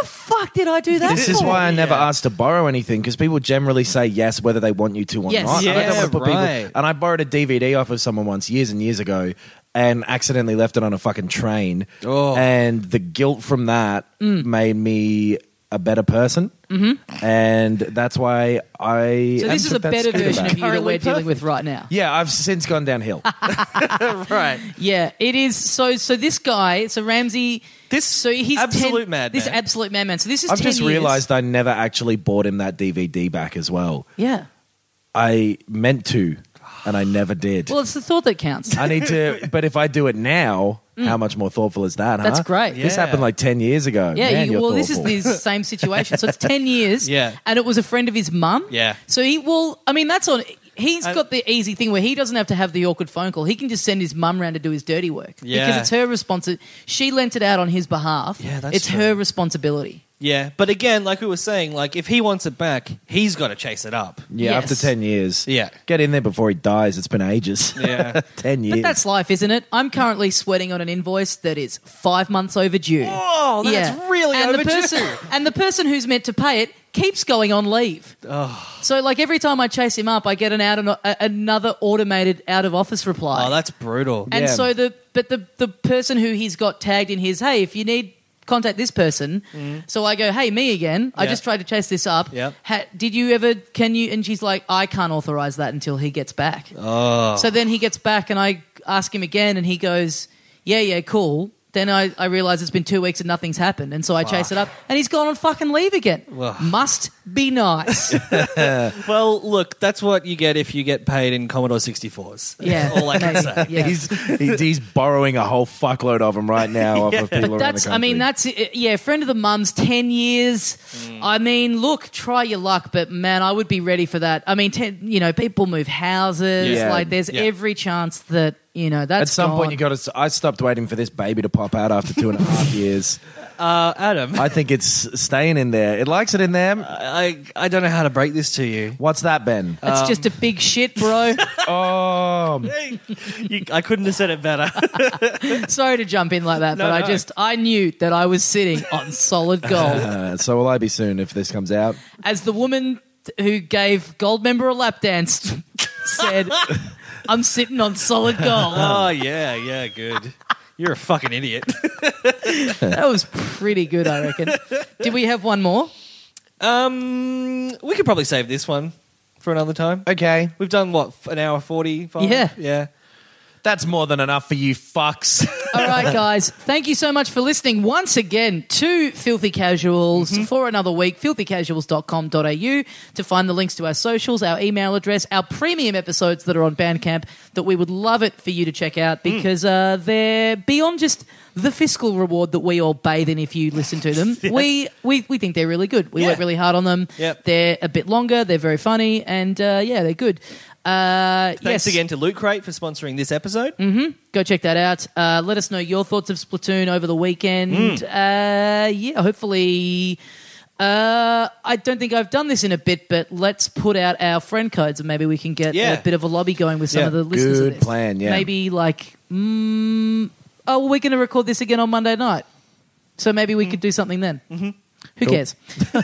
the fuck did I do that this is for?" why I never ask to borrow anything because people generally say yes whether they want you to or Yes. not. And I Yeah, don't want to put right. people. And I borrowed a DVD off of someone once years and years ago, and accidentally left it on a fucking train. Oh. And the guilt from that Mm. made me a better person, mm-hmm. and that's why I. So am this is a that's better good version of about you it. that we're Currently dealing with right now. Yeah, I've since gone downhill. right. Yeah, it is. So, so this guy, so Ramsey, This so he's absolute 10 madman. This absolute madman. So this is. I've 10 just years. realized I never actually bought him that DVD back as well. Yeah. I meant to. and I never did. Well, it's the thought that counts. I need to, but if I do it now, how much more thoughtful is that? Mm. That's huh? great. This Yeah. happened like ten years ago. Yeah, Man, you, you're well, this is thoughtful. the same situation. So it's 10 years. Yeah. And it was a friend of his mum. Yeah. So he, well, I mean, that's on. He's And- got the easy thing where he doesn't have to have the awkward phone call. He can just send his mum round to do his dirty work. Yeah. Because it's her responsibility. She lent it out on his behalf. Yeah, that's It's true. her responsibility. Yeah, but again, like we were saying, like if he wants it back, he's got to chase it up. yeah Yes. after ten years. Yeah. get in there before he dies. It's been ages. Yeah. ten years. But that's life, isn't it? I'm currently sweating on an invoice that is five months overdue. Oh, that's really and overdue. The person, and the person who's meant to pay it keeps going on leave. So, like every time I chase him up, I get an out of, a, another automated out of office reply. oh, that's brutal. and Yeah. so the but the the person who he's got tagged in his hey, if you need contact this person. So I go, hey, me again. I Mm. Yeah. just tried to chase this up. Yep. Ha- did you ever? Can you? And she's like, I can't authorize that until he gets back. Oh. So then he gets back and I ask him again and he goes, Yeah, yeah, cool. Then I, I realize it's been two weeks and nothing's happened. And so I chase it up and he's gone on fucking leave again. Must be nice. well, look, that's what you get if you get paid in Commodore 64s. That's Yeah. all I can maybe, say. yeah. he's, he- he's borrowing a whole fuckload of them right now off of people around That's, the I mean, country. that's, it. yeah, friend of the mum's, 10 years. Mm. I mean, look, try your luck, but man, I would be ready for that. I mean, 10, you know, people move houses. Yeah. Like, there's Yeah. every chance that, you know, that's At some gone. point, you got to. I stopped waiting for this baby to pop out after two and a half years. Uh, Adam, I, I think it's staying in there. It likes it in there. I, I don't know how to break this to you. What's that, Ben? It's just a um, big shit, bro. oh, you. I couldn't have said it better. Sorry to jump in like that, but I no. just I knew that I was sitting on solid gold. uh, so will I be soon if this comes out? As the woman who gave Goldmember a lap dance said, "I'm sitting on solid gold." oh, yeah, yeah, good. You're a fucking idiot. That was pretty good, I reckon. Did we have one more? Um, we could probably save this one for another time. Okay, We've done, what, an hour 45? Yeah. Yeah. that's more than enough for you fucks. All right, guys. Thank you so much for listening once again to Filthy Casuals Mm-hmm. for another week. Filthycasuals.com.au to find the links to our socials, our email address, our premium episodes that are on Bandcamp that we would love it for you to check Mm. out because uh, they're beyond just the fiscal reward that we all bathe in if you listen to them. we, we we think they're really good. We Yeah. work really hard on them. Yep. They're a bit longer. They're very funny. And uh, yeah, they're good. Uh, Thanks yes. again to Loot Crate for sponsoring this episode. Mm. go check that out. Uh, let us know your thoughts of Splatoon over the weekend. Uh, yeah, hopefully. Uh, I don't think I've done this in a bit, but let's put out our friend codes and maybe we can get Yeah. a bit of a lobby going with some Yeah. of the listeners. of Good this. plan, yeah. Maybe like, mm, oh, well, we're going to record this again on Monday night, so maybe we could do something then. Mm-hmm. Who cares?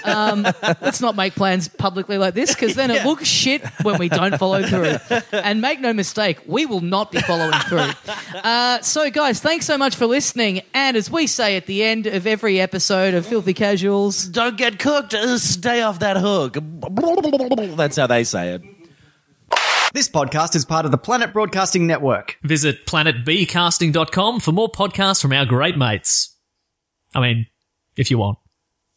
um, let's not make plans publicly like this because then it looks shit when we don't follow through. and make no mistake, we will not be following through. Uh, so, guys, thanks so much for listening. And as we say at the end of every episode of Filthy Casuals, Don't get cooked. uh, Stay off that hook. That's how they say it. This podcast is part of the Planet Broadcasting Network. Visit planetbcasting.com for more podcasts from our great mates. I mean, if you want,